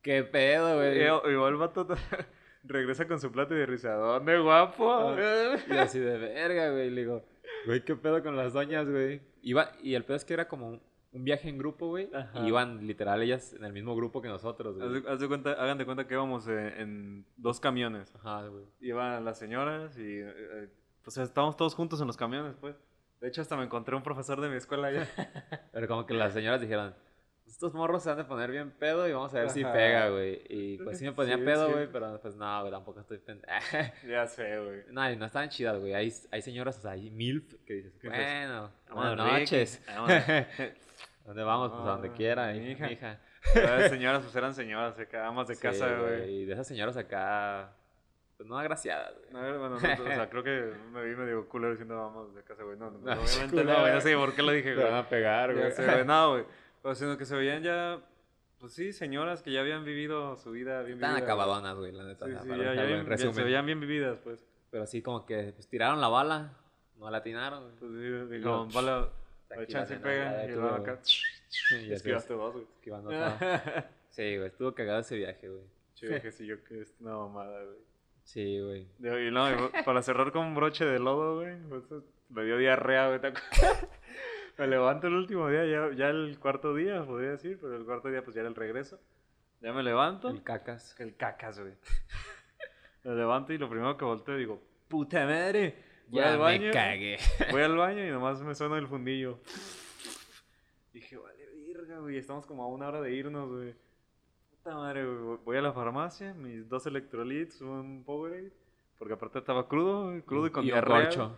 ¿qué pedo, güey?
Y- y Eh, Igual el vato [laughs] regresa con su plato y dice, ¿a dónde,
Ah,
guapo? Eh,
[laughs] Y yo así de, verga, güey, y le digo, güey, ¿qué pedo con las doñas, güey? Iba, y el pedo es que era como un, un viaje en grupo, güey,
Ajá.
y iban literal ellas en el mismo grupo que nosotros,
Haz
güey.
de- haz de cuenta, hagan de cuenta que íbamos eh, en, dos camiones.
Ajá, güey.
Iban las señoras y eh, eh, pues estábamos todos juntos en los camiones, pues. De hecho, hasta me encontré un profesor de mi
[laughs]
escuela allá.
Pero como que las señoras dijeron, estos morros se han de poner bien pedo y vamos a ver si
Ajá.
pega, güey. Y pues sí me ponía
Sí, es
pedo, güey,
cierto.
pero pues no, güey, tampoco estoy pende-
ya sé, güey.
[laughs] no, y no estaban chidas, güey. Hay, hay señoras, o sea, hay milf que dices,
¿Qué es eso?
bueno, buenas
Vámonos, [laughs]
noches. [laughs]
Ricky, vámonos.
¿Dónde vamos? Pues a donde
Ah,
quiera,
mi
hija,
hija.
mi hija.
Pero Las señoras, pues eran señoras, acá, amas de
Sí,
casa, güey.
Y de esas señoras acá, pues no agraciadas, güey.
No, bueno, no, o sea, creo que me vi medio culero diciendo vamos de casa, güey.
[laughs]
No, no,
No,
obviamente
culero,
no, güey.
güey.
Ya sé por qué lo dije,
Te [laughs]
güey.
van a pegar,
Ya
güey.
[laughs]
[laughs]
sé, güey. No, güey. Pero sino que se veían ya, pues sí, señoras que ya habían vivido su vida bien
Están
vivida, güey.
acabadonas, güey, la neta.
Sí,
o sea,
sí,
para
ya, ya,
dejarlo en
bien- ya se
resumen.
veían bien vividas, pues.
Pero así como que pues, tiraron la bala, no la atinaron, güey.
Pues sí,
No,
digo, bala,
Aquí
la
la
chance
nena, la
pega
de
y
tu-
luego
[laughs]
acá. [laughs]
Y así es,
Esquivaste dos, güey.
esquivando
[laughs]
todo. Sí, güey, estuvo cagado ese viaje, güey.
Che, dije, sí, yo que es una mamada, güey.
Sí, güey.
Digo, Y no, y para cerrar con broche de lodo, güey, pues, me dio diarrea, güey. ¿te acuerdas? [laughs] me levanto el último día, ya, ya el cuarto día, podría decir, pero el cuarto día pues ya era el regreso. Ya me levanto.
El cacas.
El cacas, güey. [laughs] Me levanto y lo primero que volteo digo, puta madre. Voy
Ya
al
me
baño.
cagué.
[laughs] Voy al baño y nomás me suena el fundillo. Dije, vale, verga, güey. Estamos como a una hora de irnos, güey. Puta madre, güey. Voy a la farmacia, mis dos electrolitos, un Powerade. Porque aparte estaba crudo, güey, crudo y con
un
diarrea.
corcho.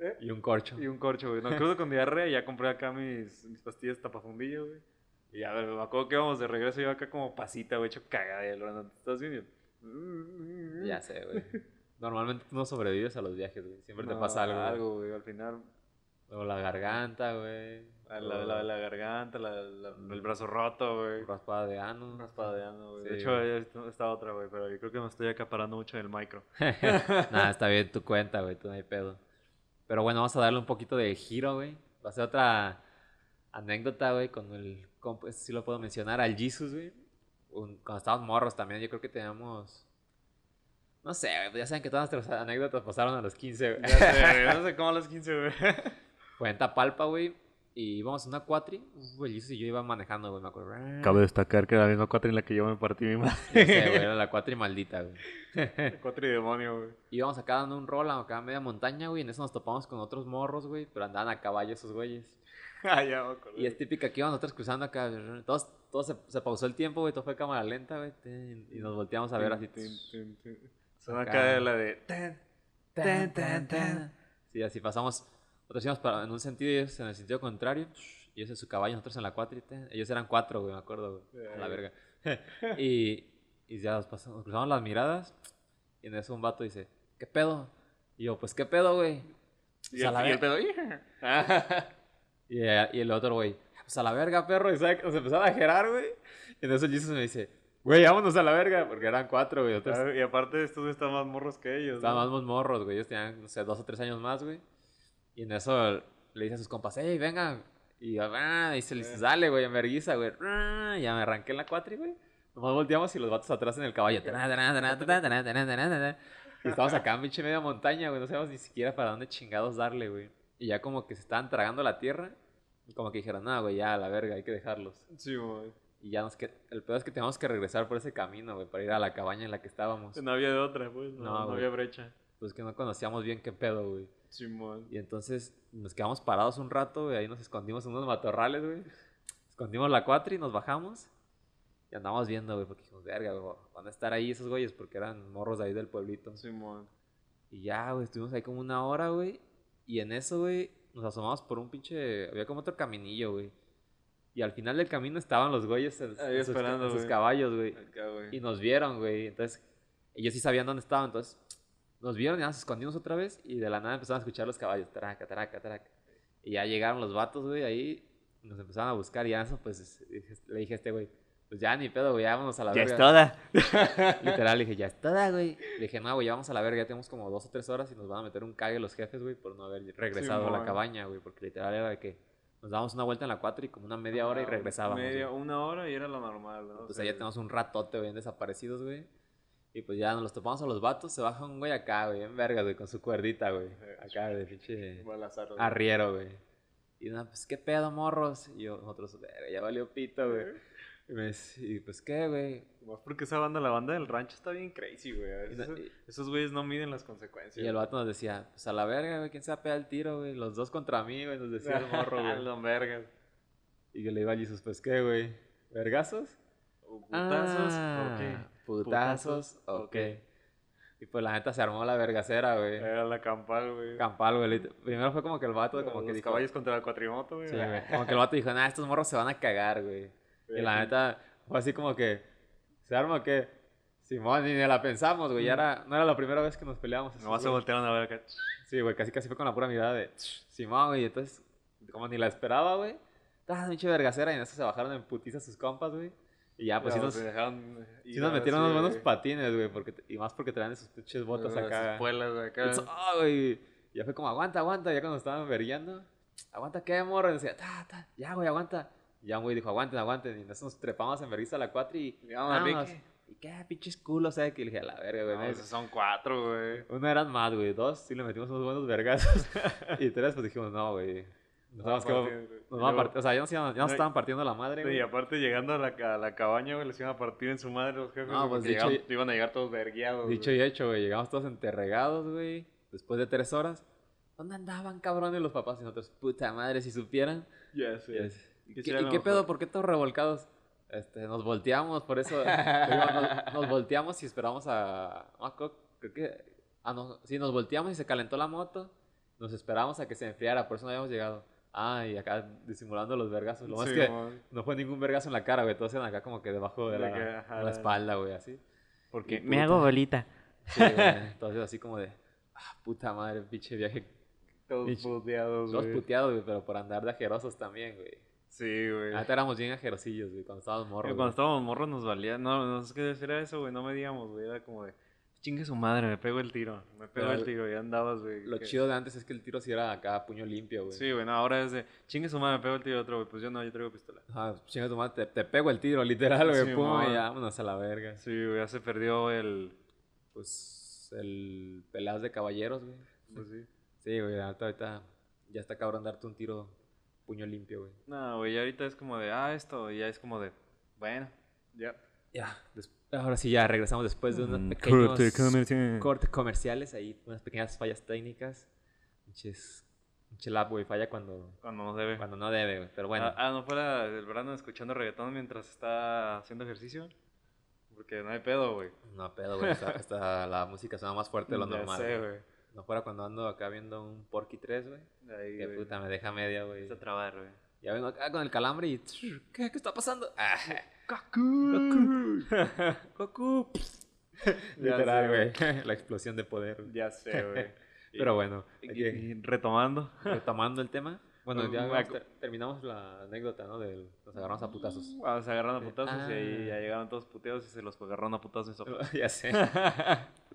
¿Eh?
Y un corcho.
Y un corcho, güey. No, crudo con diarrea y ya compré acá mis, mis pastillas tapafundillo, güey. Y ya, güey, me acuerdo que íbamos de regreso yo acá como pasita, güey, hecho cagada. Y el Brandon, ¿estás bien? Y yo,
Ya sé, güey. Normalmente tú no sobrevives a los viajes, güey. Siempre te
No,
pasa algo. güey.
Algo, güey, al final.
O la garganta, güey.
La, la, la, la garganta, la, la- el brazo roto, güey.
Raspada de ano. [laughs]
Raspadeando, güey. de
Sí,
hecho,
güey.
ahí está- está otra, güey, pero yo creo que me estoy acaparando mucho en el [laughs] micro.
Nada, está bien tu cuenta, güey, tú no hay pedo. Pero bueno, vamos a darle un poquito de giro, güey. Va a ser otra anécdota, güey, con el compa, este sí lo puedo mencionar, al Jesus, güey. Un- cuando estábamos morros también, yo creo que teníamos... No sé, güey, ya saben que todas nuestras anécdotas pasaron a los 15,
Ya
güey.
sé, güey, no sé cómo a los 15, güey.
Fue en Tapalpa, güey, y íbamos en una cuatri. Uf, el Jesus y yo iba manejando, güey, me acuerdo.
destacar que era la misma cuatro en la que yo me partí mi madre.
Ya sé, güey, era la cuatri maldita, güey.
[laughs] Cuatro y demonio, güey. [laughs]
Íbamos acá dando un rol acá a media montaña, güey, y en eso nos topamos con otros morros, güey, pero andaban a caballo esos güeyes.
Ah, ya me acordé.
Y es típica que íbamos nosotros cruzando acá. Todos, todos se, se pausó el tiempo, güey. Todo fue cámara lenta, güey. tin, Y nos volteamos a ver así.
Tin,
tss,
tin, tin, tin. Suena
Acá.
acá de la de. tan, tan, tan, tan.
Sí, así pasamos. Nosotros íbamos para- en un sentido y ellos en el sentido contrario. shh, Ellos en su caballo, nosotros en la cuatro. y tin. Ellos eran cuatro, güey, me acuerdo, güey. A la
Ay.
verga. [laughs] y, y ya nos, pasamos, nos cruzamos las miradas. Y en eso un vato dice, ¿qué pedo? Y yo, pues, ¿qué pedo, güey?
Y
O sea,
el,
la
y el
ve-
pedo.
[laughs] Y, eh, y el otro, güey, "Ah, pues a la verga, perro. Y se se empezaron a gerar, güey. Y en eso Jesus me dice, güey, vámonos a la verga. Porque eran cuatro, güey. Otros
Ah, Y aparte, estos güeyes están más morros que ellos.
estaban
¿no?
más morros, güey. Ellos tenían, no sé, dos o tres años más, güey. Y en eso le dice a sus compas, hey, vengan. Y, ah, y se les
Eh.
sale, güey, en verguiza, güey. Ah, Y ya me arranqué en la cuatri, güey. Nomás volteamos y los vatos atrás en el caballo. Tará, tará, tará, tará, tará, tará, tará, tará. Y estábamos acá en pinche media montaña, güey. No sabíamos ni siquiera para dónde chingados darle, güey. Y ya como que se estaban tragando la tierra. Y como que dijeron, no, güey, ya, a la verga, hay que dejarlos.
Sí, güey.
Y ya nos que... El peor es que teníamos que regresar por ese camino, güey, para ir a la cabaña en la que estábamos.
No había de otra, pues. No,
No,
no
güey.
había brecha.
Pues que no conocíamos bien qué pedo, güey.
Simón.
Y entonces nos quedamos parados un rato, güey. Ahí nos escondimos en unos matorrales, güey. Escondimos la cuatri, nos bajamos. Y andamos viendo, güey, porque dijimos, verga, güey, van a estar ahí esos güeyes porque eran morros de ahí del pueblito.
Simón.
Y ya, güey, estuvimos ahí como una hora, güey. Y en eso, güey, nos asomamos por un pinche. Había como otro caminillo, güey. Y al final del camino estaban los güeyes en,
Ahí
en sus,
esperando,
en sus
güey.
caballos, güey.
Acá, güey.
Y nos vieron, güey. Entonces, ellos sí sabían dónde estaban. Entonces, nos vieron y ya nos escondimos otra vez. Y de la nada empezaron a escuchar los caballos. Traca, traca, traca. Y ya llegaron los vatos, güey, ahí. y Nos empezaron a buscar. Y ya eso, pues, dije- le dije a este güey. Pues ya ni pedo, güey, ya vámonos a la verga.
toda.
[laughs] Literal, le dije, ya está, da, güey. Le dije, no, güey, ya vamos a la verga, ya tenemos como dos o tres horas y nos van a meter un cague los jefes, güey, por no haber regresado a la
Simón.
cabaña, güey. Porque literal era de que nos dábamos una vuelta en la cuatro y como una media hora y regresábamos.
Media,
güey.
una hora y era lo normal, ¿no?
Pues allá tenemos un ratote, güey, en desaparecidos, güey. Y pues ya nos los topamos a los vatos, se baja un güey acá, güey, en vergas, güey, con su cuerdita, güey.
Eh,
Acá, de pinche
Balazar.
arriero, güey. Y no, pues qué pedo, morros. Y yo, nosotros, "Verga, ya valió pito, güey.
Eh.
Y me dice, "Y, pues qué, güey.
Más porque esa banda, la banda del rancho está bien crazy, güey. A
Y
veces
no-
esos-
y-
esos güeyes no miden las consecuencias.
Y
[laughs]
el vato nos decía, pues a la verga, güey, ¿quién se va a pegar el tiro, güey? Los dos contra mí, güey, nos decía "Ah, el morro,
A [laughs]
güey.
los vergas.
Y yo le iba a Jesus, pues qué, güey, ¿vergazos?
O Putazos,
Ah,
¿o qué?
¿Putazos
Putazos,
o
ok. Eh.
qué? Y pues la neta se armó la vergacera, güey.
Era la campal, güey.
Campal, güey. lit- Primero fue como que el vato, como
Como
que
los
dijo,
caballos contra la cuatrimoto, güey. Ah,
sí, güey, Como que el vato dijo, nah, estos morros se van a cagar, güey. Y la neta fue así como que, ¿se arma que Simón, ni la pensamos, güey. Ya
Mm.
era, no era la primera vez que nos peleábamos. así,
Nomás se
güey.
voltearon a ver acá.
Sí, güey, casi casi fue con la pura mirada de "Tsh, Simón, güey. Entonces, como ni la esperaba, güey. Estaba pinche vergacera y en eso se bajaron en putiza sus compas, güey. Y ya, pues sí
Ya,
nos,
se dejaron
sí
ir
nos
ahora
metieron
sí,
unos buenos
güey.
patines, güey. porque t- Y más porque traían sus pinches botas
Sus
acá.
espuelas, güey, acá.
Entonces, ah, güey. y Ya fue como, aguanta, aguanta. Ya cuando estaban vergueando, aguanta, qué morro. Y decía, ta, ta, ya, güey, aguanta. Y ya, güey, dijo, aguanten, aguanten. Y en eso nos trepamos en vergüenza a la cuatro y.
Digamos, a mí
vámonos.
que-
¿Y qué pinches culos, eh? Que le dije, a la verga, güey.
No,
no,
esos son cuatro, güey.
uno eran más, güey. Dos, sí le metimos unos buenos
[laughs]
vergazos. y tres, pues dijimos, no, güey. Nos vamos que-
Aparte, güey.
nos
pues, Y
van a
luego-
partir. O sea, ya nos, iban- ya nos
No, y-
estaban partiendo la madre,
Y
güey.
aparte, llegando a la, ca- a la cabaña, güey, les iban a partir en su madre los jefes.
No,
güey,
pues,
porque
dicho
llegaban- iban a llegar todos vergueados.
Dicho
güey.
y hecho, güey. Llegamos todos enterregados, güey. Después de tres horas. ¿Dónde andaban, cabrones, los papás y nosotros? Puta madre, si supieran.
Ya sé.
Y es-
¿Y
¿Y
qué
qué,
será
y
lo
qué
mejor?
pedo? ¿Por qué todos revolcados? Este, nos volteamos, por eso.
[laughs]
digo, nos, nos volteamos y esperamos a. no me acuerdo, creo que. Ah, no. Sí, nos volteamos y se calentó la moto. Nos esperábamos a que se enfriara, por eso no habíamos llegado. Ah, y acá disimulando los vergazos. Lo más
Sí,
que
mon.
no fue ningún vergazo en la cara, güey. Todos eran acá como que debajo de
De
la,
que, ajá,
de la
la-
espalda, güey, así.
Porque
Me hago
bolita.
Sí, güey. Entonces así como de, ah, puta madre, pinche viaje.
todos
pinche-
puteados,
Todos
Pues, güey.
puteados, güey, pero por andar de ajerosos también, güey.
Sí, güey.
Antes éramos bien ajerosillos, güey, cuando estábamos morros.
Cuando
güey.
estábamos morros nos valía. No, no es que era eso, güey. No medíamos, güey. Era como de. Chingue su madre, me pego el tiro. Me pego
Pero
el tiro. Ya andabas, güey.
Lo
que-
chido de antes es que el tiro sí era acá a puño limpio, güey.
Sí, güey. No, ahora es de. Chingue su madre, me pego el tiro otro, güey. Pues yo no, yo traigo pistola.
Ah, chinga tu madre, te, te pego el tiro, literal, güey.
Sí,
pum,
mon.
y ya, vámonos a la verga.
Sí, güey. Ya se perdió el.
Pues el pelazo de caballeros, güey.
Pues sí.
Sí, güey, la neta, ahorita ya está cabrón darte un tiro puño limpio, güey.
No, güey. ya Ahorita es como de. Ah, esto. Y ya es como de. Bueno. Ya.
Ya, des- ahora sí, ya regresamos después Pues de unos
Mm,
pequeños cortes comerciales ahí, unas pequeñas fallas técnicas. Pinches, pinche lap, güey, falla cuando,
Cuando nos debe.
cuando no debe, güey. Pero bueno,
Ah, ah, no fuera el verano escuchando reggaetón mientras está haciendo ejercicio. Porque no hay pedo, güey.
no pedo, güey. Hasta, hasta la música suena más fuerte de lo
Ya
normal.
sé,
güey.
güey.
No fuera cuando ando acá viendo un Porky 3, güey.
Ahí,
Que
güey.
puta, me deja media, güey.
Empieza a trabar, güey.
Ya vengo acá con el calambre y... ¿Qué, qué está pasando? Ah,
[laughs] [laughs]
Goku. Literal, güey. [laughs] La explosión de poder. güey.
Ya sé, güey.
[laughs] Pero bueno,
Y-
hay que-
y retomando.
retomando el tema. Bueno, ya
Me
vamos,
acu-
ter- terminamos la anécdota, ¿no? Del, nos agarramos a
[laughs]
putazos. [laughs]
Ah, se agarraron a
Sí.
putazos y ahí
Ah.
ya llegaron todos puteados y se los agarraron a putazos. y sopa.
ya
[laughs]
sé.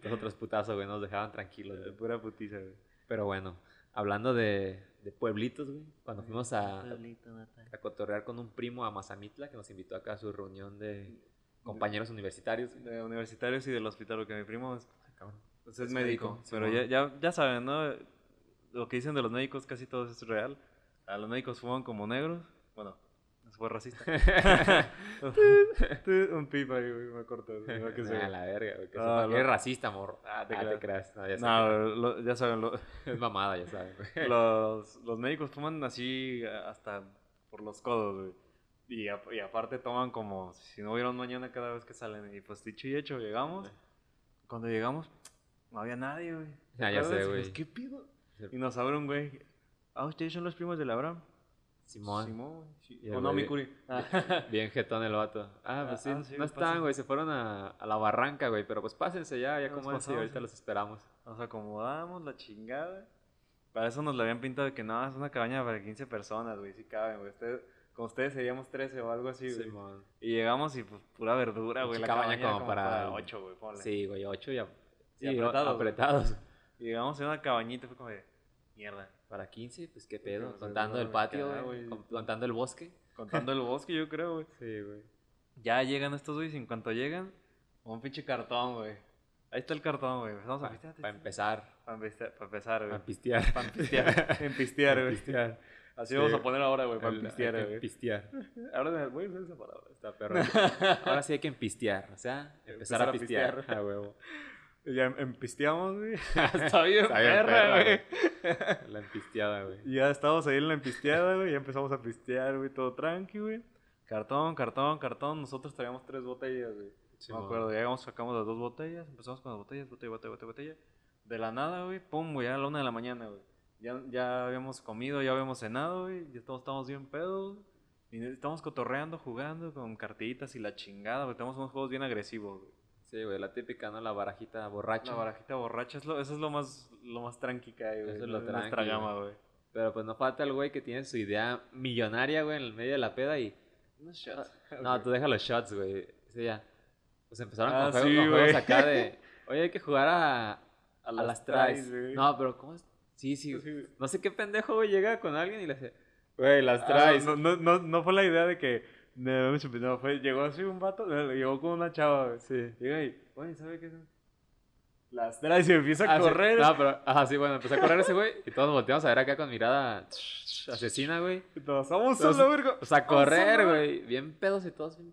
Los otros putazos, güey, nos dejaban tranquilos. güey.
Pura putiza, güey.
Pero bueno, hablando de, de pueblitos, güey. Cuando fuimos a, a cotorrear con un primo a Mazamitla, que nos invitó acá a su reunión de compañeros universitarios. güey.
De universitarios y del hospital, porque mi primo es,
[laughs] Cabrón.
pues, es
Es
médico.
médico,
pero ya,
Simón.
ya, ya saben, ¿no? Lo que dicen de los médicos, casi todo es real. A los médicos fuman como negros. Bueno, eso fue racista. [laughs] Un pipa ahí, güey, me cortó. no que se-
a la verga, güey. que
Ah,
sepa que
lo-
eres racista, morro.
Ah, te
Ah, te
creas.
creas. No, ya sé
No,
que-
lo- ya saben, lo-
[laughs] Es mamada, ya sabes. güey.
[laughs] los, los médicos toman así eh, hasta por los codos, güey. Y, a- y aparte toman como si no hubiera un mañana cada vez que salen. Y pues dicho y hecho, llegamos. Cuando llegamos, no había nadie, güey.
Ah, ya sé,
¿Recuerdas?
güey.
Pues, ¿Qué pido? Y nos abre un güey. Ah, ustedes son los primos del Abraham.
Simón.
Simón. sí.
Y el
O no,
güey-
mi curi. Ah,
Bien jetón el vato. Ah, pues
Ah,
sí,
ah, sí,
no
güey,
están,
pasen.
güey, se fueron a, a la barranca, güey, pero pues pásense ya, ya
Nos
como y
pasamos,
ahorita
sí.
los esperamos.
Nos acomodamos, la chingada. Para eso nos la habían pintado de que no, es una cabaña para 15 personas, güey. Si caben, güey. Ustedes- con ustedes seríamos 13 o algo así, güey.
Simón.
Y llegamos y pues pura verdura, güey.
Pinche
La
cabaña
cabaña
como
como,
para-
para... 8, güey, ponle.
Sí, güey, ocho ya.
Sí,
Sí, apretados.
apretados, güey.
apretados.
Y llegamos a una cabañita y fue como de, mierda.
Para 15, pues qué
Porque
pedo.
nos
contando el
mandaron
patio,
acá,
güey,
güey.
con- contando el bosque.
Contando el bosque, yo creo, güey.
Sí, güey.
Ya llegan estos güeyes y en cuanto llegan, un pinche cartón, güey. Ahí está el cartón, güey. Empezamos a
Para
pistear.
empezar,
Para empezar, para empezar,
a
güey.
pistear.
Para
[laughs]
pistear. En [laughs] pistear,
A
güey.
pistear.
Así
Sí,
vamos a
güey.
poner ahora, güey. Para
El- hay
pistear,
que
güey.
pistear.
Ahora voy a usar esa palabra.
Está [laughs] perro. Ahora sí hay que empistear, o sea, empezar,
Empezar
a
a
pistear.
pistear.
A huevo.
Y Ya em- empisteamos, güey. [laughs] Está bien,
Está bien
[laughs] perra,
perra,
güey. [laughs]
La empisteada, güey.
Y ya estábamos ahí en la empisteada, güey. Ya empezamos a pistear, güey. Todo tranqui, güey. Cartón, cartón, cartón. Nosotros traíamos tres botellas, güey. no
Simón.
me acuerdo. Llegamos, sacamos las dos botellas. Empezamos con las botellas, botella, botella, botella, botella. De la nada, güey. Pum, güey. Era la una de la mañana, güey. Ya, ya habíamos comido, ya habíamos cenado, güey. Ya todos estábamos bien pedos. Y estamos cotorreando, jugando con cartillitas y la chingada, güey. Tenemos unos juegos bien agresivos, güey.
Sí, güey, la típica, ¿no? La barajita borracha.
La barajita borracha, es lo- eso es lo más, lo más tranqui que hay, güey.
Eso es lo
de nuestra
tranqui,
gama, güey.
Pero pues no falta el güey que tiene su idea millonaria, güey, en el medio de la peda y... No, tú deja los shots, güey. Sí, ya. Pues empezaron
Ah,
con juegos,
sí,
con juegos
güey.
acá
[laughs]
de... Oye, hay que jugar a, a, las, tries.
güey.
No, pero ¿cómo es? Sí, sí. güey.
Sí.
No sé qué pendejo, güey, llega con alguien y le dice... Güey, las
Ah,
tries.
no, no, no, no fue la idea de que. No, mames, no, fue, llegó así un vato, no, llegó con una chava, güey.
Sí.
Llega y, oye, ¿sabe qué son? Las traes y empieza a
Ah, sí.
correr.
No, pero... Ajá, sí, bueno, empezó a correr ese güey y todos volteamos a ver acá con mirada asesina, güey.
Nos vamos
Nos-
a la verga.
O sea,
Vamos a
correr,
la-
güey. Bien pedos y todos bien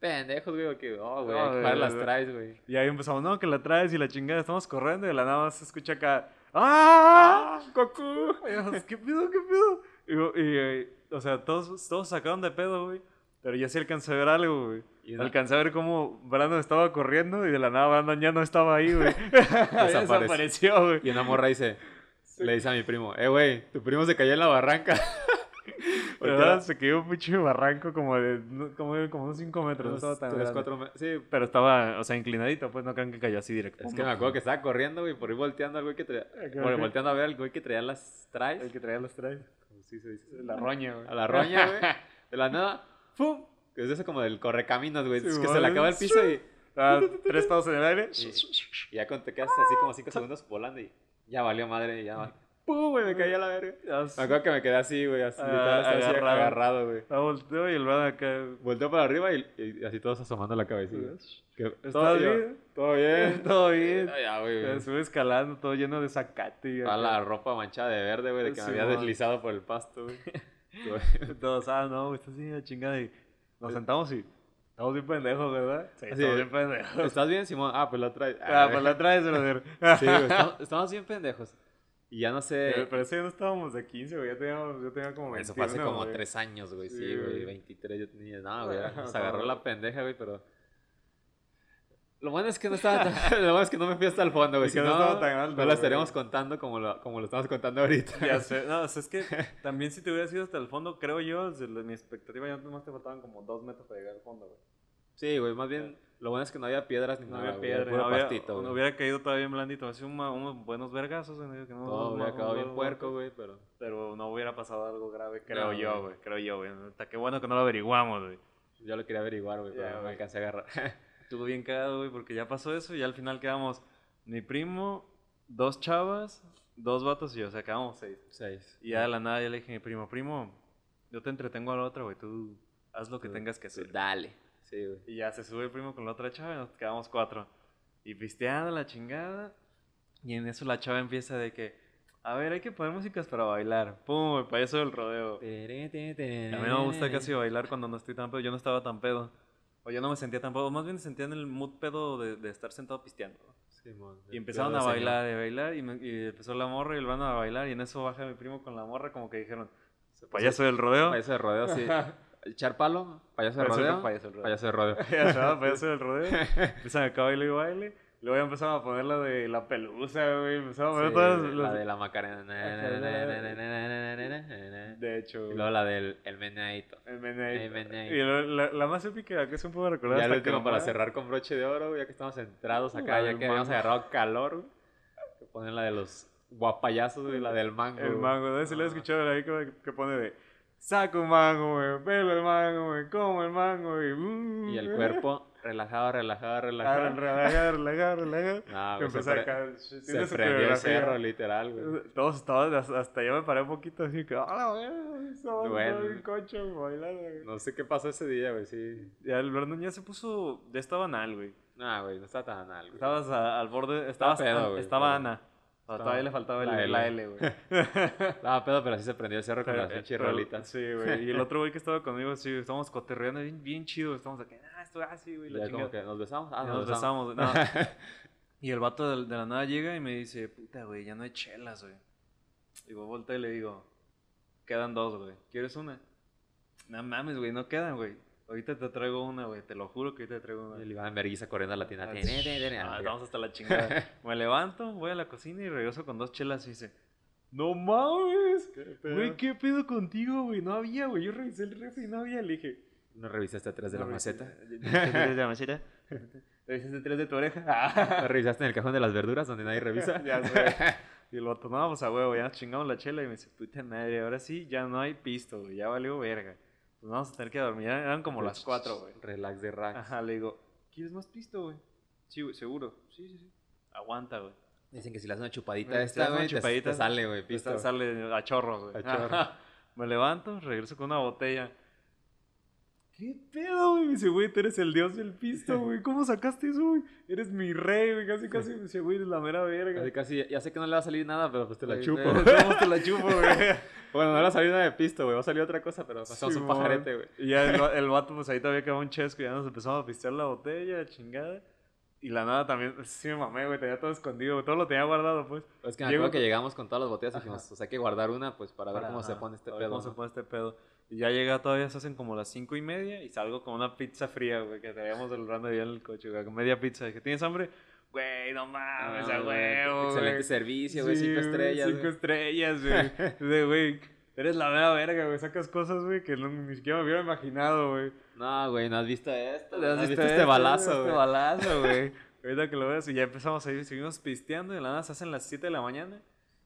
pendejos, güey. Que, oh, güey, hay
No,
que jugar a
güey,
las
güey.
tries, güey.
Y ahí empezamos, no, que la traes y la chingada. Estamos corriendo y de la nada más se escucha acá. ¡Ah!
[laughs] Goku.
Y nosotros, ¿Qué pedo, qué pedo? Y, y, eh, o sea, todos, todos sacaron de pedo, güey. Pero yo sí alcancé a ver algo, güey.
Y una-
Alcancé a ver cómo Brandon
[laughs]
estaba corriendo y de la nada Brandon ya no estaba ahí, güey. [laughs]
Desapareció.
Desapareció, güey.
Y una morra dice, Le dice a mi primo, eh, güey, tu primo se cayó en la barranca.
¿Verdad? Se quedó un pinche barranco como de no, como, como unos
[laughs]
5 metros. no
Unos
estaba tan
tres,
grande.
cuatro me- Sí,
Pero estaba, o sea, inclinadito, pues no crean que cayó así directo.
es que me acuerdo que estaba corriendo, güey, por ir volteando al güey que traía...
Acá,
Por
acá.
volteando a ver al güey que traía las
El
traes.
que traía los trajes.
como sí se dice.
La roña, güey.
A la roña,
[laughs]
güey. De la nada, ¡pum! Que es eso como del correcaminos, güey.
Sí,
es que se
madre.
le acaba el piso y...
Ah, tres pasos en el aire.
Sí. Y ya cuando te quedas así como
Ah,
5 segundos volando y ya valió madre, ya
[laughs]
va. ¡Pum! Güey, me caí a la verga.
Ah,
Me acuerdo que me quedé así, güey, así,
Ah,
literal, estaba así
agarrado.
agarrado, güey.
La volteó y el van acá.
Volteo para arriba y, y así todos asomando la cabecita. Que,
¿Estás
todo, yo,
bien?
¿Todo bien?
[laughs] Todo bien.
Ah, ya, güey.
Se sube escalando, todo lleno de zacate. Y
Toda la ropa manchada de verde, güey, de que me había
Simón.
deslizado por el pasto,
[laughs]
güey. [laughs]
Todos, ah, no, güey, está así la chingada. Y nos sentamos y estamos bien pendejos, ¿verdad? Sí, estamos bien pendejos.
¿Estás bien, Simón? Ah, pues la traes.
Ah, pues la traes, brother.
[laughs] Sí,
[laughs]
güey, estamos, estamos bien pendejos. Y ya no sé.
Eh, Pero, pero ese ya no estábamos de 15, güey. Ya teníamos, yo tenía como 21,
Eso fue hace como
güey.
tres años, güey.
Sí,
Sí, güey.
güey.
23 yo tenía. No, güey.
Ah,
Nos
no,
agarró
güey.
la pendeja, güey, pero. Lo bueno es que no estaba tan... [laughs] Lo bueno es que no me fui hasta el fondo, güey.
Y
Si
que no
no,
estaba tan alto,
no lo
güey.
estaríamos contando como lo, como lo estamos contando ahorita.
Ya sé. No, o sea, [laughs] es que también si te hubieras ido hasta el fondo, creo yo, desde la- mi expectativa ya nomás te faltaban como dos metros para llegar al fondo, güey.
Sí, güey. Más bien, lo bueno es que no había piedras ni
No
nada,
había
güey,
piedra,
puro
no había,
pastito, güey.
no hubiera caído todavía bien blandito. Así un ma- unos buenos vergazos, güey, que no-
Todo
no-
hubiera
no-
quedado
no-
bien puerco, güey, pero...
Pero no hubiera pasado algo grave, creo
No,
yo,
güey.
güey. Creo yo, güey. Hasta qué bueno que no lo averiguamos, güey.
Yo lo quería averiguar, güey,
Ya,
pero no me
güey.
alcancé a agarrar. [laughs]
Estuvo bien cagado, güey, porque ya pasó eso y al final quedamos mi primo, dos chavas, dos vatos y yo. O sea, quedamos seis.
Seis.
Y ya de la nada yo le dije a mi primo, primo, yo te entretengo a la otra, güey. Tú haz lo que
Tú-
tengas que hacer.
Dale. Sí, güey.
Y ya se sube el primo con la otra chava y nos quedamos cuatro. Y pisteando la chingada. Y en eso la chava empieza de que, a ver, hay que poner músicas para bailar. Pum, güey, para eso del rodeo. A mí no me gusta casi bailar cuando no estoy tan pedo. Yo no estaba tan pedo. O yo no me sentía tan pedo. Más bien sentía en el mood pedo de, de estar sentado pisteando. ¿no?
Simón,
Y empezaron a
Yo lo sé,
bailar, a bailar. Y, me- y empezó la morra y el van a bailar. Y en eso baja mi primo con la morra como que dijeron, payaso del rodeo.
Payaso de rodeo, sí. Echar palo, payaso de
Payaso del-
rodeo.
payaso del rodeo.
Payaso de
[laughs]
rodeo.
Ya
[laughs]
estaba payaso del rodeo. Empiezan acá baile y baile. Luego ya empezaban a poner la de la pelusa, güey. Empezaban a poner
Sí,
todas
La
las...
de la Macarena. na, na, na, na, na, na, na, na, na, na.
De hecho,
Y
güey.
luego la del el meneadito.
El meneadito.
El meneadito.
Y lo- la, la más épica que se puedo recordar
Ya
hasta
el
que
último para
nomás-
cerrar con broche de oro, güey, ya que estamos entrados acá,
La
ya
del
que habíamos
mango.
agarrado calor. güey, Que ponen la de los guapayazos, güey, la del mango.
El
güey.
mango, ¿no? Si lo he
Ah,
escuchado ahí que, que pone de... Saco un mango, güey. Pelo el mango, güey. Como el mango, güey. mm,
Y el
güey".
cuerpo relajado, relajado,
Ah,
relajado.
Relajar, relajar, relajar.
No,
Que
Ah, güey, se
empezó
pre-
acá.
Se
tiene su
prendió el
coreografía.
cerro, literal, güey.
Todos estaban, hasta- hasta yo me paré un poquito así que, ¡ah, güey! Estaba
Bueno.
en el coche bailando. güey".
No sé qué pasó ese día, güey, sí.
Ya el Brandon ya se puso, ya estaba anal, güey.
No, güey, no está tan algo.
Estabas a- al borde, estabas,
pedo,
an-
güey, estaba-
estaba Ana. O sea,
estaba-
todavía le faltaba el-
la
la L,
L.
güey.
[laughs] Estaba pedo, pero así se prendió el cerro [laughs] con las
Pero- eh,
pinches
pero-
rolitas.
Sí, güey. Y el otro güey que estaba conmigo, sí, estábamos coterreando bien, bien chido. Estábamos acá, ah, esto así, güey,
Y
la
ya como
chingada.
que nos besamos. Ah,
Ya
nos,
nos
besamos.
besamos, no.
[laughs]
Y el vato de, de la nada llega y me dice, puta, güey, ya no hay chelas, güey. Digo, volta y le digo, quedan dos, güey. ¿Quieres una? No mames, güey, no quedan, güey. Ahorita te traigo una, güey. Te lo juro que ahorita te traigo
Y
una.
el Iván Verguiza corriendo a la tienda.
Ah,
Tene, tene, tene.
Ah,
Ah,
Vamos hasta la chingada.
[laughs]
Me levanto, voy a la cocina y regreso con dos chelas y dice, no mames. Güey, ¿qué pedo contigo, güey? No había, güey. Yo revisé el refri y no había. Le dije,
¿No revisaste atrás de la
"No, güey,
maceta?
¿Revisaste de
[laughs]
la maceta? ¿Revisaste tres de tu oreja?
¿No revisaste en el cajón de las verduras donde nadie revisa?
[laughs] Ya sé.
[laughs]
Y lo tomábamos a huevo, ya nos chingamos la chela y me dice, puta madre, ahora sí ya no hay pisto, güey, ya valió verga. Pues vamos a tener que dormir, eran eran como las cuatro, güey.
Relax de rack.
Ajá, le digo, ¿quieres más pisto, güey? Sí, güey, seguro. Sí, sí, sí. Aguanta, güey.
Dicen que si le haces una chupadita
Mira,
a
si
esta,
le das una
güey, te,
chupadita,
te sale, güey,
Pisto
pisto.
sale a chorros, güey.
A chorros.
Ajá. Me levanto, regreso con una botella. ¿Qué pedo, güey? Me dice, güey, tú eres el dios del pisto, güey. ¿Cómo sacaste eso, güey? Eres mi rey, güey. Casi, casi me dice, güey, eres la mera verga.
Casi, casi, ya sé que no le va a salir nada, pero pues te la
Güey,
chupo.
¿Cómo te la chupo, güey?
[laughs] bueno, no le va a salir nada de pisto, güey. Va a salir otra cosa, pero pasamos un
Simón.
pajarete, güey.
Y ya el, va- el vato, pues ahí todavía quedaba un chesco. Ya nos empezamos a pistear la botella, chingada. Y la nada también, sí me mamé, güey. Tenía todo escondido, güey, Todo lo tenía guardado, pues.
Es que me
Llego-
acuerdo que llegamos con todas las botellas y
Ajá.
dijimos, o sea, hay que guardar una, pues, para ver
Para-
cómo se
ajá,
pone este
a ver
pedo.
cómo se
¿no?
pone este pedo. Y ya llega todavía, se hacen como las cinco y media. Y salgo con una pizza fría, güey, que traíamos celebrando ya en el coche, güey. Con media pizza. Dije, ¿tienes hambre? güey, no mames,
Ah,
a
güey,
huevo,
Excelente
güey.
servicio, güey. cinco
güey,
estrellas.
Cinco
güey.
estrellas,
[laughs]
güey. De, güey, eres la mera verga, güey. Sacas cosas, güey, que no- ni siquiera me hubiera imaginado, güey.
No, güey, no has visto esto. No
¿Has
has visto,
visto
este
esto?
balazo,
Este
güey.
balazo, güey. [laughs] Ahorita que lo veas y ya empezamos ahí, seguimos pisteando y de la nada se hacen las 7 de la mañana.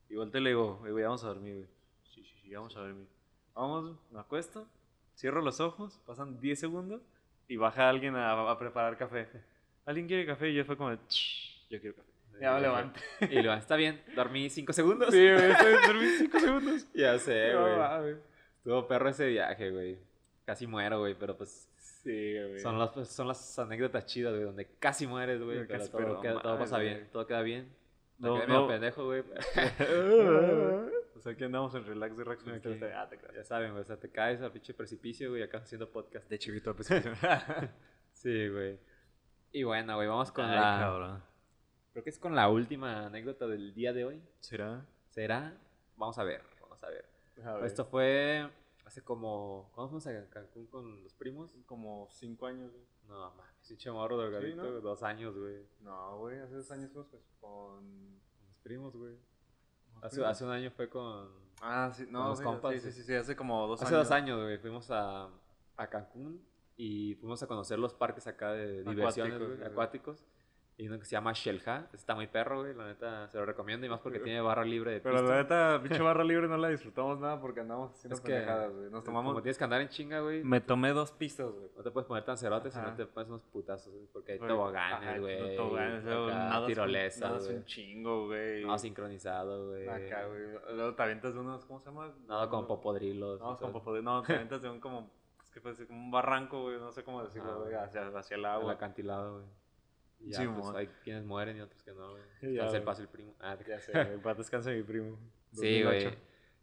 Y volteo y le digo, "Ey, güey, vamos a dormir, güey. Sí, sí, sí, vamos a dormir. Vamos, me acuesto, cierro los ojos, pasan 10 segundos y baja alguien a, a preparar café. ¿Alguien quiere café? Y yo fue como, "Ch, yo quiero café. Ya me levanté.
Y lo está bien. Dormí cinco segundos.
Sí, güey, estoy- dormí 5 [laughs] segundos.
[laughs] Ya sé,
No
güey.
mames.
Estuvo perro ese viaje, güey. Casi muero, güey, pero pues
Sí, güey.
son las, pues, son las anécdotas chidas, güey, donde casi mueres, güey,
Pero
pero
casi,
todo,
pero
queda- todo
mames,
pasa
güey.
bien, todo queda bien.
No,
No, medio
no.
pendejo, güey.
[laughs] o sea, aquí andamos en relax de relax.
Ok. ah, ya saben, güey, o sea, te caes al pinche precipicio, güey, acá haciendo podcast.
De chiquito a pescar.
[laughs] Sí, güey. Y bueno, güey, vamos con
Ay,
la...
cabrón.
Creo que es con la última anécdota del día de hoy.
¿Será?
¿Será? Vamos a ver, vamos a ver.
A ver.
Esto fue hace como... ¿Cuándo fuimos a Cancún con los primos?
como 5 años, güey.
No, mames, pinche morro delgadito,
¿no?
güey, dos años, güey.
No, güey, hace dos años fuimos pues, con...
Con Mis primos, güey.
¿con
Hace,
quién?
hace un año fue con...
Ah, sí, no,
con los
sí,
compas,
sí,
sí.
sí, sí, sí, hace como dos
hace
años.
dos años, güey, fuimos a, a Cancún y fuimos a conocer los parques acá de diversiones,
Acuáticos,
güey,
ajá.
acuáticos. Y uno que se llama Shelha, está muy perro, güey, la neta, se lo recomiendo y más porque tiene barra libre de
Pero la
pista.
neta, pinche barra libre no la disfrutamos nada porque andamos haciendo
Es que- eh,
pendejadas, güey. Nos
Como
tomamos...
tienes que andar en chinga, güey,
Me tomé dos pistas, güey.
no te puedes poner tan cerote si no
Ajá.
te pones unos putazos, güey, porque hay
Güey, ajá,
toboganes, güey,
Toboganes,
acá
luego nadas un-
tirolesas,
nadas un
güey,
chingo, güey.
no sincronizado, güey,
Acá, güey. Luego te avientas de unos, ¿cómo se llama?
nada con
Unos-
popodrilos.
No,
o sea,
con popodrilo. No, te aventas de un como. Es que parece como un barranco, güey. No sé cómo
Ah,
decirlo, güey.
güey.
Hacia, hacia el
El
agua.
acantilado, güey. Y Ya,
Sí,
pues
mon.
hay quienes mueren y otros que no, güey.
Ya,
Descansa el
güey.
paso el primo. Ah, te-
Ya sé, güey. Para descanse mi primo.
Sí,
2008.
güey.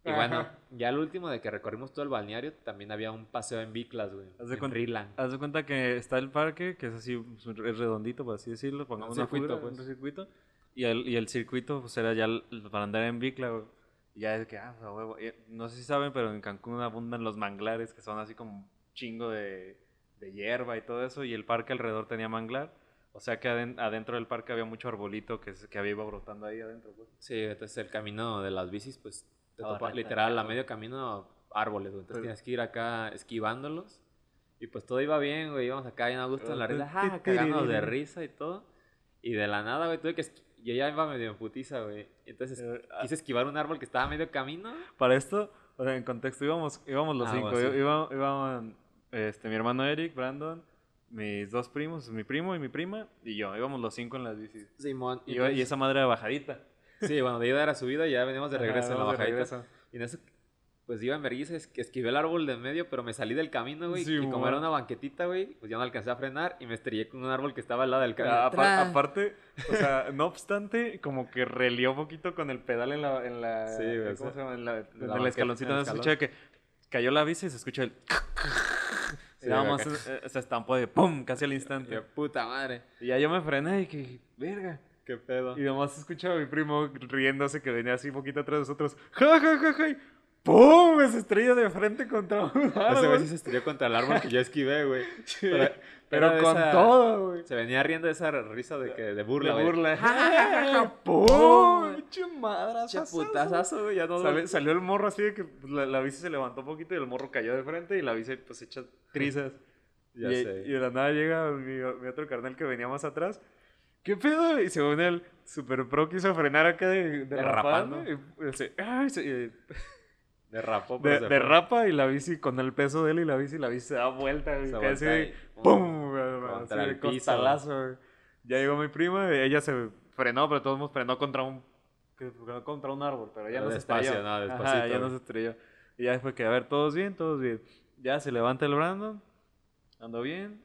Y bueno,
Ajá.
ya el último de que recorrimos todo el balneario, también había un paseo en Biclas, güey.
Haz de
En
cuenta- Ah.
Rilan.
Haz de cuenta que está el parque, que es así, pues, es redondito, por así decirlo. Pongamos
Un
una
circuito,
figura,
pues.
un circuito. Y el, y el circuito, pues era ya el- para andar en bicla, güey. Y ya es que, ah, o sea, huevo. Y no sé si saben, pero en Cancún abundan los manglares, que son así como un chingo de, de hierba y todo eso. Y el parque alrededor tenía manglar. O sea que aden- adentro del parque había mucho arbolito que, se- que había iba brotando ahí adentro, pues.
Sí, entonces el camino de las bicis, pues, te
Todo
topa-
recto,
literal a
recto.
medio camino árboles, güey. Entonces
Pero-
tienes que ir acá esquivándolos. Y pues todo iba bien, güey. Íbamos acá bien a gusto en la risa, ja, cagándonos de risa y todo. Y de la nada, güey, tuve que... esqui- Yo ya iba medio en putiza, güey. Entonces
Eh,
quise esquivar un árbol que estaba a medio camino.
Para esto, o sea, en contexto, íbamos, íbamos los
Ah,
cinco.
bueno, sí.
iba- iban este, mi hermano Eric, Brandon, mis dos primos, mi primo y mi prima, y yo. Íbamos los cinco en las bicis.
Simón.
Y, iba- y esa madre era bajadita.
Sí, bueno, de ida era subida y ya veníamos de regreso
Ajá,
en la
íbamos de
bajadita.
regreso.
Y en eso, pues iba en vergüenza, es- esquivé el árbol de en medio, pero me salí del camino, güey.
Sí,
y como
mo.
era una banquetita, güey, pues ya no alcancé a frenar y me estrellé con un árbol que estaba al lado del camino.
Ah, apar-
¡Tra!
aparte, o sea, no obstante, como que relió poquito con el pedal en la. En la
Sí, güey,
¿Cómo
o sea,
se llama? En la, en
la
el
banqueta,
escaloncito.
en el
No se escucha que cayó la bici y se escucha el.
Sí,
nada
güey,
más eh, se estampó de pum, casi al
Y yo,
instante.
puta madre,
Y ya yo me frené y que, verga.
qué pedo.
Y nomás escuchaba a mi primo riéndose que venía así poquito atrás de nosotros. ¡Ja, ja, ja, ja! y ¡Pum! Se estrella de frente contra un
Ese güey sí
árbol.
se estrelló contra el árbol que yo esquivé, güey. Pero,
Pero
era de
con
esa-
todo, güey.
Se venía riendo de esa risa de, que, de burla,
La
güey.
burla. ¡Ja,
¡Pum!
[laughs] ¡Pum! ¡Pinche
Pinche
madrazazazo!
putazazo, güey, ya no
Sale- salió el morro así de que pues, la, la bici se levantó un poquito y el morro cayó de frente y la bici pues hecha [laughs] trizas.
Ya
y,
sé.
y de la nada llega mi, mi otro carnal que venía más atrás. ¿Qué pedo? Y según él, Super Pro quiso frenar acá de, de
Derrapando.
rapando, y- y se- ay, se- y-
Derrapó, pero
de-
se fue.
derrapa y la bici con el peso de él y la bici, la bici se da vuelta.
Se
y
voltea
casi de-
y-
¡Pum! güey,
Contra
así de
el piso,
costalazo, güey. Ya llegó mi prima, y ella se frenó, pero todos nos frenó contra un que- contra un árbol, pero ya
Pero
no se
despacio,
estrelló.
no,
Ajá,
despacito,
ya no
güey.
se estrelló. Y ya después que, a ver, todos bien, todos bien. Ya se levanta el Brandon, ando bien,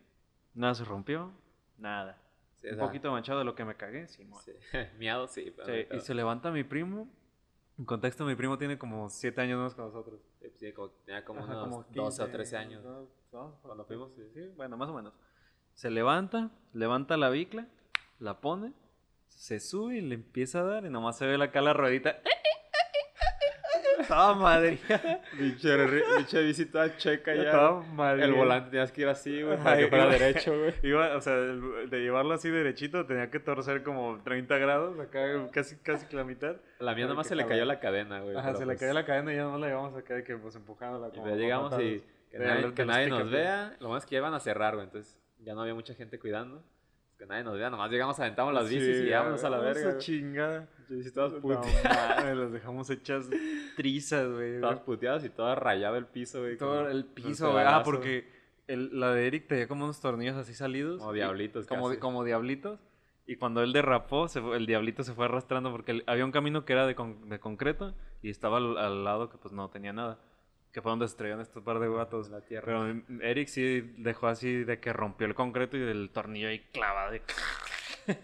nada se rompió, nada.
Sí, o
un
sea,
poquito manchado de lo que me cagué, sí, mo-
sí. [laughs] Miado, sí. pero
Sí,
no hay
y
pedo.
se levanta mi primo. En contexto, mi primo tiene como 7 años más que nosotros.
Sí, como- tenía como
Ajá,
unos
como
12 o
15,
13 años.
¿no? No,
Cuando fuimos, sí.
bueno, más o menos. Se levanta, levanta la bicla, la pone, se sube y le empieza a dar y nomás se ve la acá la ruedita. Estaba madre.
Pinche re- pinche bici toda checa ya.
Estaba madre.
El volante tenías que ir así, güey, para
Ay,
que fuera
güey.
derecho,
[laughs]
güey.
Iba, o sea, de, de llevarlo así derechito tenía que torcer como 30 grados, acá casi, casi que la mitad.
La mía
Ay,
nomás
qué
se le
cabrón.
cayó la cadena, güey.
Ajá,
pero
se le
pues-
cayó la cadena y ya no la llevamos acá de que pues empujándola.
Y
como
ya llegamos
patadas.
y que
De
nadie,
los-
que
de los
nadie nos
pick-up,
vea. Lo más que ya iban a cerrar, güey. Entonces ya no había mucha gente cuidando. pues, Que nadie nos vea. Nomás llegamos, aventamos las bicis
Sí,
y vámonos a la
vamos
verga. güey.
chingada.
Bicis todas, [laughs]
No,
puteadas,
mames, las dejamos hechas trizas, güey.
todas puteadas y todas rayado el piso, güey.
Todo
como-
el
con
piso, güey. Ah,
pedalazo,
porque el- la de Eric tenía como unos tornillos así salidos.
Como
y-
diablitos
Como,
casi.
como diablitos. Y cuando él derrapó, se fue- el diablito se fue arrastrando porque el- había un camino que era de, con- de concreto y estaba al, al lado que pues no tenía nada. Que fue donde se estrellaron estos par de
en
gatos.
Ah, La tierra.
Pero Eric sí dejó así de que rompió el concreto y del tornillo ahí clavado. y-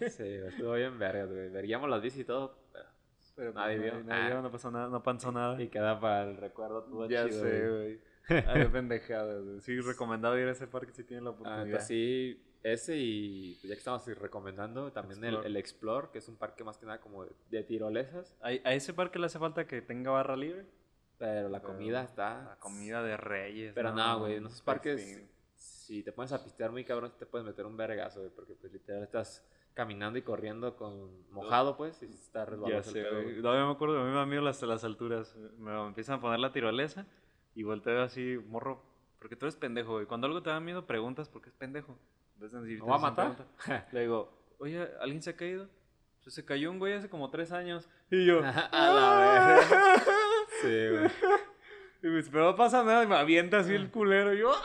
Sí, güey, estuvo bien verga, güey. Verguíamos las bicis y todo. pero-
Pero
Nadie
pues,
vio.
nadie
Ah.
vio, no pasó nada, no pasó nada.
Y queda para el recuerdo todo
ya
chido,
sé,
güey.
güey. [laughs] Ay, pendejadas, güey. Sí, recomendado ir a ese parque si tienen la
Ah,
oportunidad.
entonces sí, ese y pues, ya que estamos recomendando, también el,
Explore.
el Explore, que es un parque más que nada como de, de tirolesas.
¿A, a ese parque le hace falta que tenga barra libre?
Pero la
Pero
comida está...
La comida de reyes.
Pero nada, güey, en esos parques,
festín.
si te pones a pistear muy cabrón, te puedes meter un vergazo, güey, porque pues literal estás caminando y corriendo con mojado, pues, y está
Ya
resbaloso el
sé,
pedo,
güey.
güey.
Todavía me acuerdo, a mí me da miedo las, las alturas. Me empiezan a poner la tirolesa y volteo así, morro. Porque tú eres pendejo, güey. Cuando algo te da miedo, preguntas por qué es pendejo. Entonces, si
¿Me
te
voy a
hacen
matar?
pregunta, Le digo, oye, ¿alguien se ha caído? Pues se cayó un güey hace como tres años. Y yo,
[laughs] A la verga. [laughs]
[laughs]
Sí, güey.
Y me dice, pero no pasa nada. Y me avienta así el culero. Y yo, ¡ah!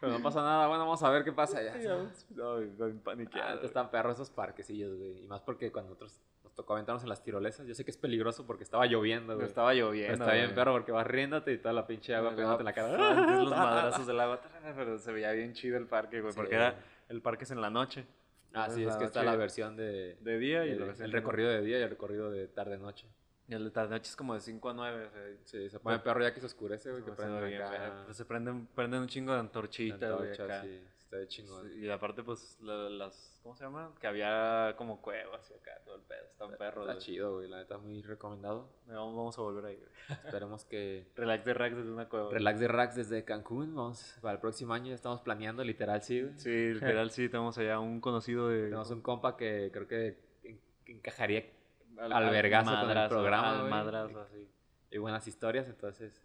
Pero no pasa nada, bueno, vamos a ver qué pasa allá.
Y ya, No, estoy
Ah,
paniqueado.
antes están perros esos parquecillos, güey. Y más porque cuando nosotros nos tocó aventarnos en las tirolesas, yo sé que es peligroso porque estaba lloviendo,
güey.
güey.
Estaba
Pero
lloviendo.
está bien
güey.
perro porque vas riéndote y toda la pinche agua pegándote en la cara. Ah.
Antes
[laughs]
los madrazos del agua. Pero se veía bien chido el parque, güey.
Sí.
Porque era, el parque es en la noche.
Ah, sí,
Entonces,
es que
la
está
noche-
la versión de...
De día y
el,
lo
el
ves en-
recorrido de día y el recorrido de tarde-noche.
Y el de tarde noche es como de 5 a 9. O sea,
Sí, se pone perro ya que se oscurece, güey, que
se prende
prenden
bien,
acá.
pero, pues, se prenden, prenden un chingo de antorchitas, güey,
antorchas,
acá.
sí, está de chingón.
Y aparte, pues, la- las... ¿Cómo se llama? Que había como cuevas y acá, todo el pedo. Están perros,
Está
güey.
chido, güey, la neta, muy
[laughs]
recomendado.
Vamos, vamos a volver ahí, güey.
Esperemos que...
Relax de Rax desde una cueva.
Relax de Racks desde Cancún, vamos, para el próximo año ya estamos planeando, literal, sí, güey.
Sí, literal, sí, tenemos allá un conocido de...
Tenemos un compa que creo que en- que encajaría
al-
albergazo con el
madrazo,
programa,
al
güey.
madrazo, así.
y buenas historias, entonces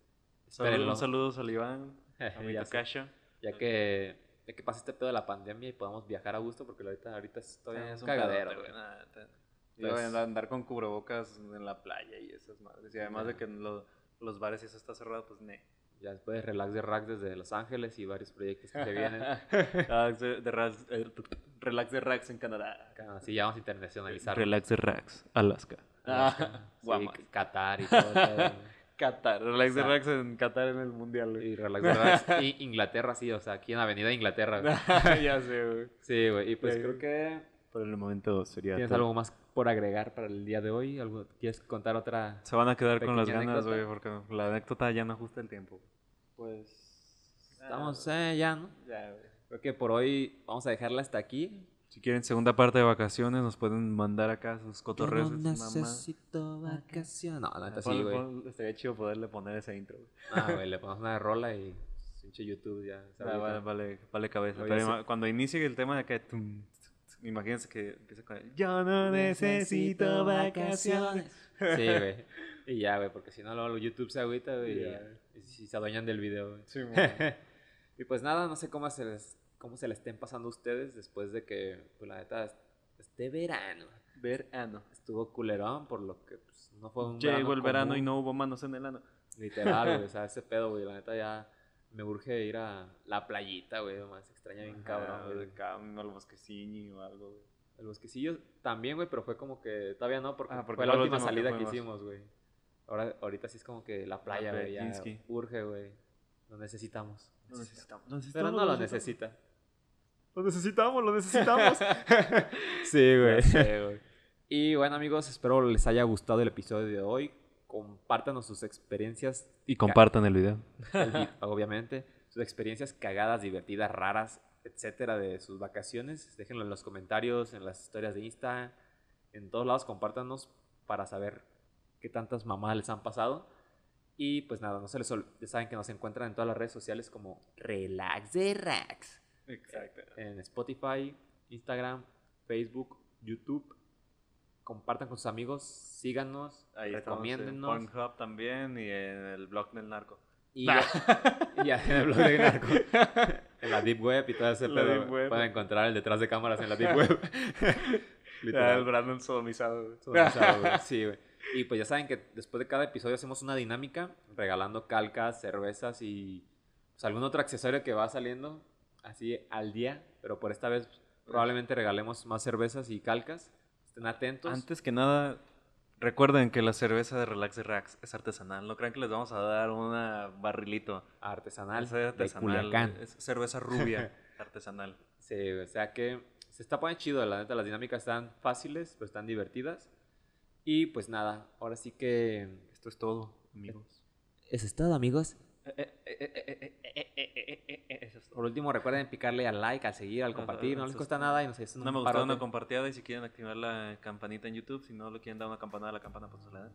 Saludos,
espérenlo.
un saludo al Iván, a
[laughs]
mi
ya, sé.
tocayo.
Ya que, ya que pase este pedo de la pandemia y podamos viajar a gusto, porque ahorita, ahorita es todavía
Es
un
un cagadero,
cagadero, güey.
Yo voy
Entonces-
a andar- andar con cubrebocas en la playa y esas madres. Y además de
Ya.
que lo- los bares y eso está cerrado, pues ne.
Ya después Relax de Rack desde Los Ángeles y varios proyectos que se
[laughs]
vienen.
Relax Ah, de, de Rax- eh, relax de Rax en Canadá.
Así ya vamos a internacionalizar.
Relax de Rax, Alaska.
Alaska, sí,
Ah, Guamas.
Qatar y todo. el pedo,
[laughs] Qatar. Relax de
Sa-
Rax en Qatar en el mundial.
güey.
güey.
y Relax de
[laughs]
Rack. Y Inglaterra, sí, o sea, aquí en Avenida Inglaterra. güey.
ya sé, güey.
Sí, güey. Y pues
Sí.
creo que
Por el momento sería.
tienes
todo.
algo más por agregar para el día de hoy. ¿Algo, ¿Quieres contar otra?
Se van a quedar con las
Pequeña
ganas,
anécdota.
güey, porque la anécdota ya no ajusta el tiempo. Pues.
Estamos eh, ya, ¿no?
Ya, güey.
Creo que por hoy vamos a dejarla hasta aquí.
Si quieren segunda parte de vacaciones, nos pueden mandar acá sus
Yo
cotorreos.
no
de sus mamás.
necesito vacaciones. No, la neta sí,
Pon-
güey.
pon- Estaría chido poderle poner ese intro, güey.
Ah, güey, le ponemos una rola y pinche YouTube ya. se
Ah, vale,
agüita.
vale, vale cabeza.
Oye,
Pero
sí.
ima- cuando inicie el tema de acá, tum, tum, tum, imagínense que empieza con el, Yo no necesito vacaciones.
Sí, güey. Y ya, güey, porque si no, luego YouTube se agüita, güey.
Ya.
Y si se adueñan del video, güey.
Sí, [laughs] mo.
y pues nada, no sé cómo se les, cómo se les estén pasando a ustedes después de que, pues la neta, este verano
verano.
estuvo culerón, por lo que pues, no fue un.
Llegó el verano y
común.
no hubo manos en el ano.
Literal,
[laughs]
güey. O sea, ese pedo, güey. La neta ya me urge ir a la playita, güey. Más extraña bien
Ajá,
cabrón, güey.
Ah, acá, no, al bosquecini o algo, güey.
El bosquecillo también, güey, pero fue como que todavía no, porque,
Ah, porque
fue la
fue la
última
última que
salida que
fuimos.
hicimos, güey. Ahora, ahorita sí es como que la playa, güey, ya
Berdinsky.
urge, güey. Lo necesitamos.
Lo necesitamos.
Pero no lo necesita.
Lo necesitamos,
[laughs]
lo necesitamos.
Sí,
güey.
Y bueno, amigos, espero les haya gustado el episodio de hoy. Compártanos sus experiencias
y compartan el video.
el vi- obviamente. Sus experiencias cagadas, divertidas, raras, etcétera, de sus vacaciones. Déjenlo en los comentarios, en las historias de Insta. En todos lados, compártanos para saber qué tantas mamás les han pasado. Y pues nada, no se les ol- ya saben que nos encuentran en todas las redes sociales como Relax de Rax.
Exacto.
En Spotify, Instagram, Facebook, YouTube. Compartan con sus amigos, síganos,
Ahí estamos en
recomiéndennos.
Pornhub también y en el blog del narco.
Y y ya en el blog de
[laughs]
Narco. En la Deep Web y todo ese
La
pedo.
Deep Web.
Pueden encontrar el detrás de cámaras en la
[laughs]
Deep Web.
Ya, el
Literal.
Brandon sodomizado. güey.
Sodomizado,
[laughs]
güey. Sí, güey. Y pues ya saben que después de cada episodio hacemos una dinámica regalando calcas, cervezas y pues, algún otro accesorio que va saliendo así al día. Pero por esta vez probablemente regalemos más cervezas y calcas. Estén atentos.
Antes que nada, recuerden que la cerveza de Relax de Rax es artesanal. No crean que les vamos a dar una barrilito.
artesanal.
Es
de
artesanal.
Culiacán.
Es cerveza rubia artesanal.
Sí, güey, o sea que se está poniendo chido, la neta, las dinámicas están fáciles, pero están divertidas. Y pues nada, ahora sí que...
Esto es todo, amigos.
Eso es todo, amigos.
Eso es todo.
Por último, recuerden picarle al like, al seguir, al
Ajá,
compartir, no les
eso
cuesta
es
nada y nos ayudan
Una me
un
gustó, una
parote.
compartida y si quieren activar la campanita en YouTube, si no le quieren dar una campanada a la campana, pues se la dan.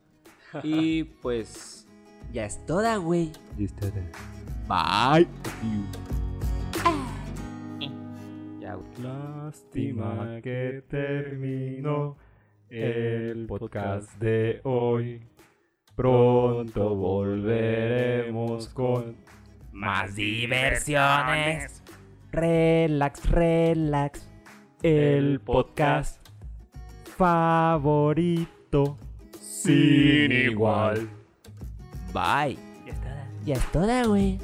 Y pues... Ya es toda, güey. Bye. Ya, güey.
Lástima que terminó el podcast de hoy. Pronto volveremos con
más diversiones.
Relax, relax.
el podcast
favorito.
sin igual.
Ya es toda, güey.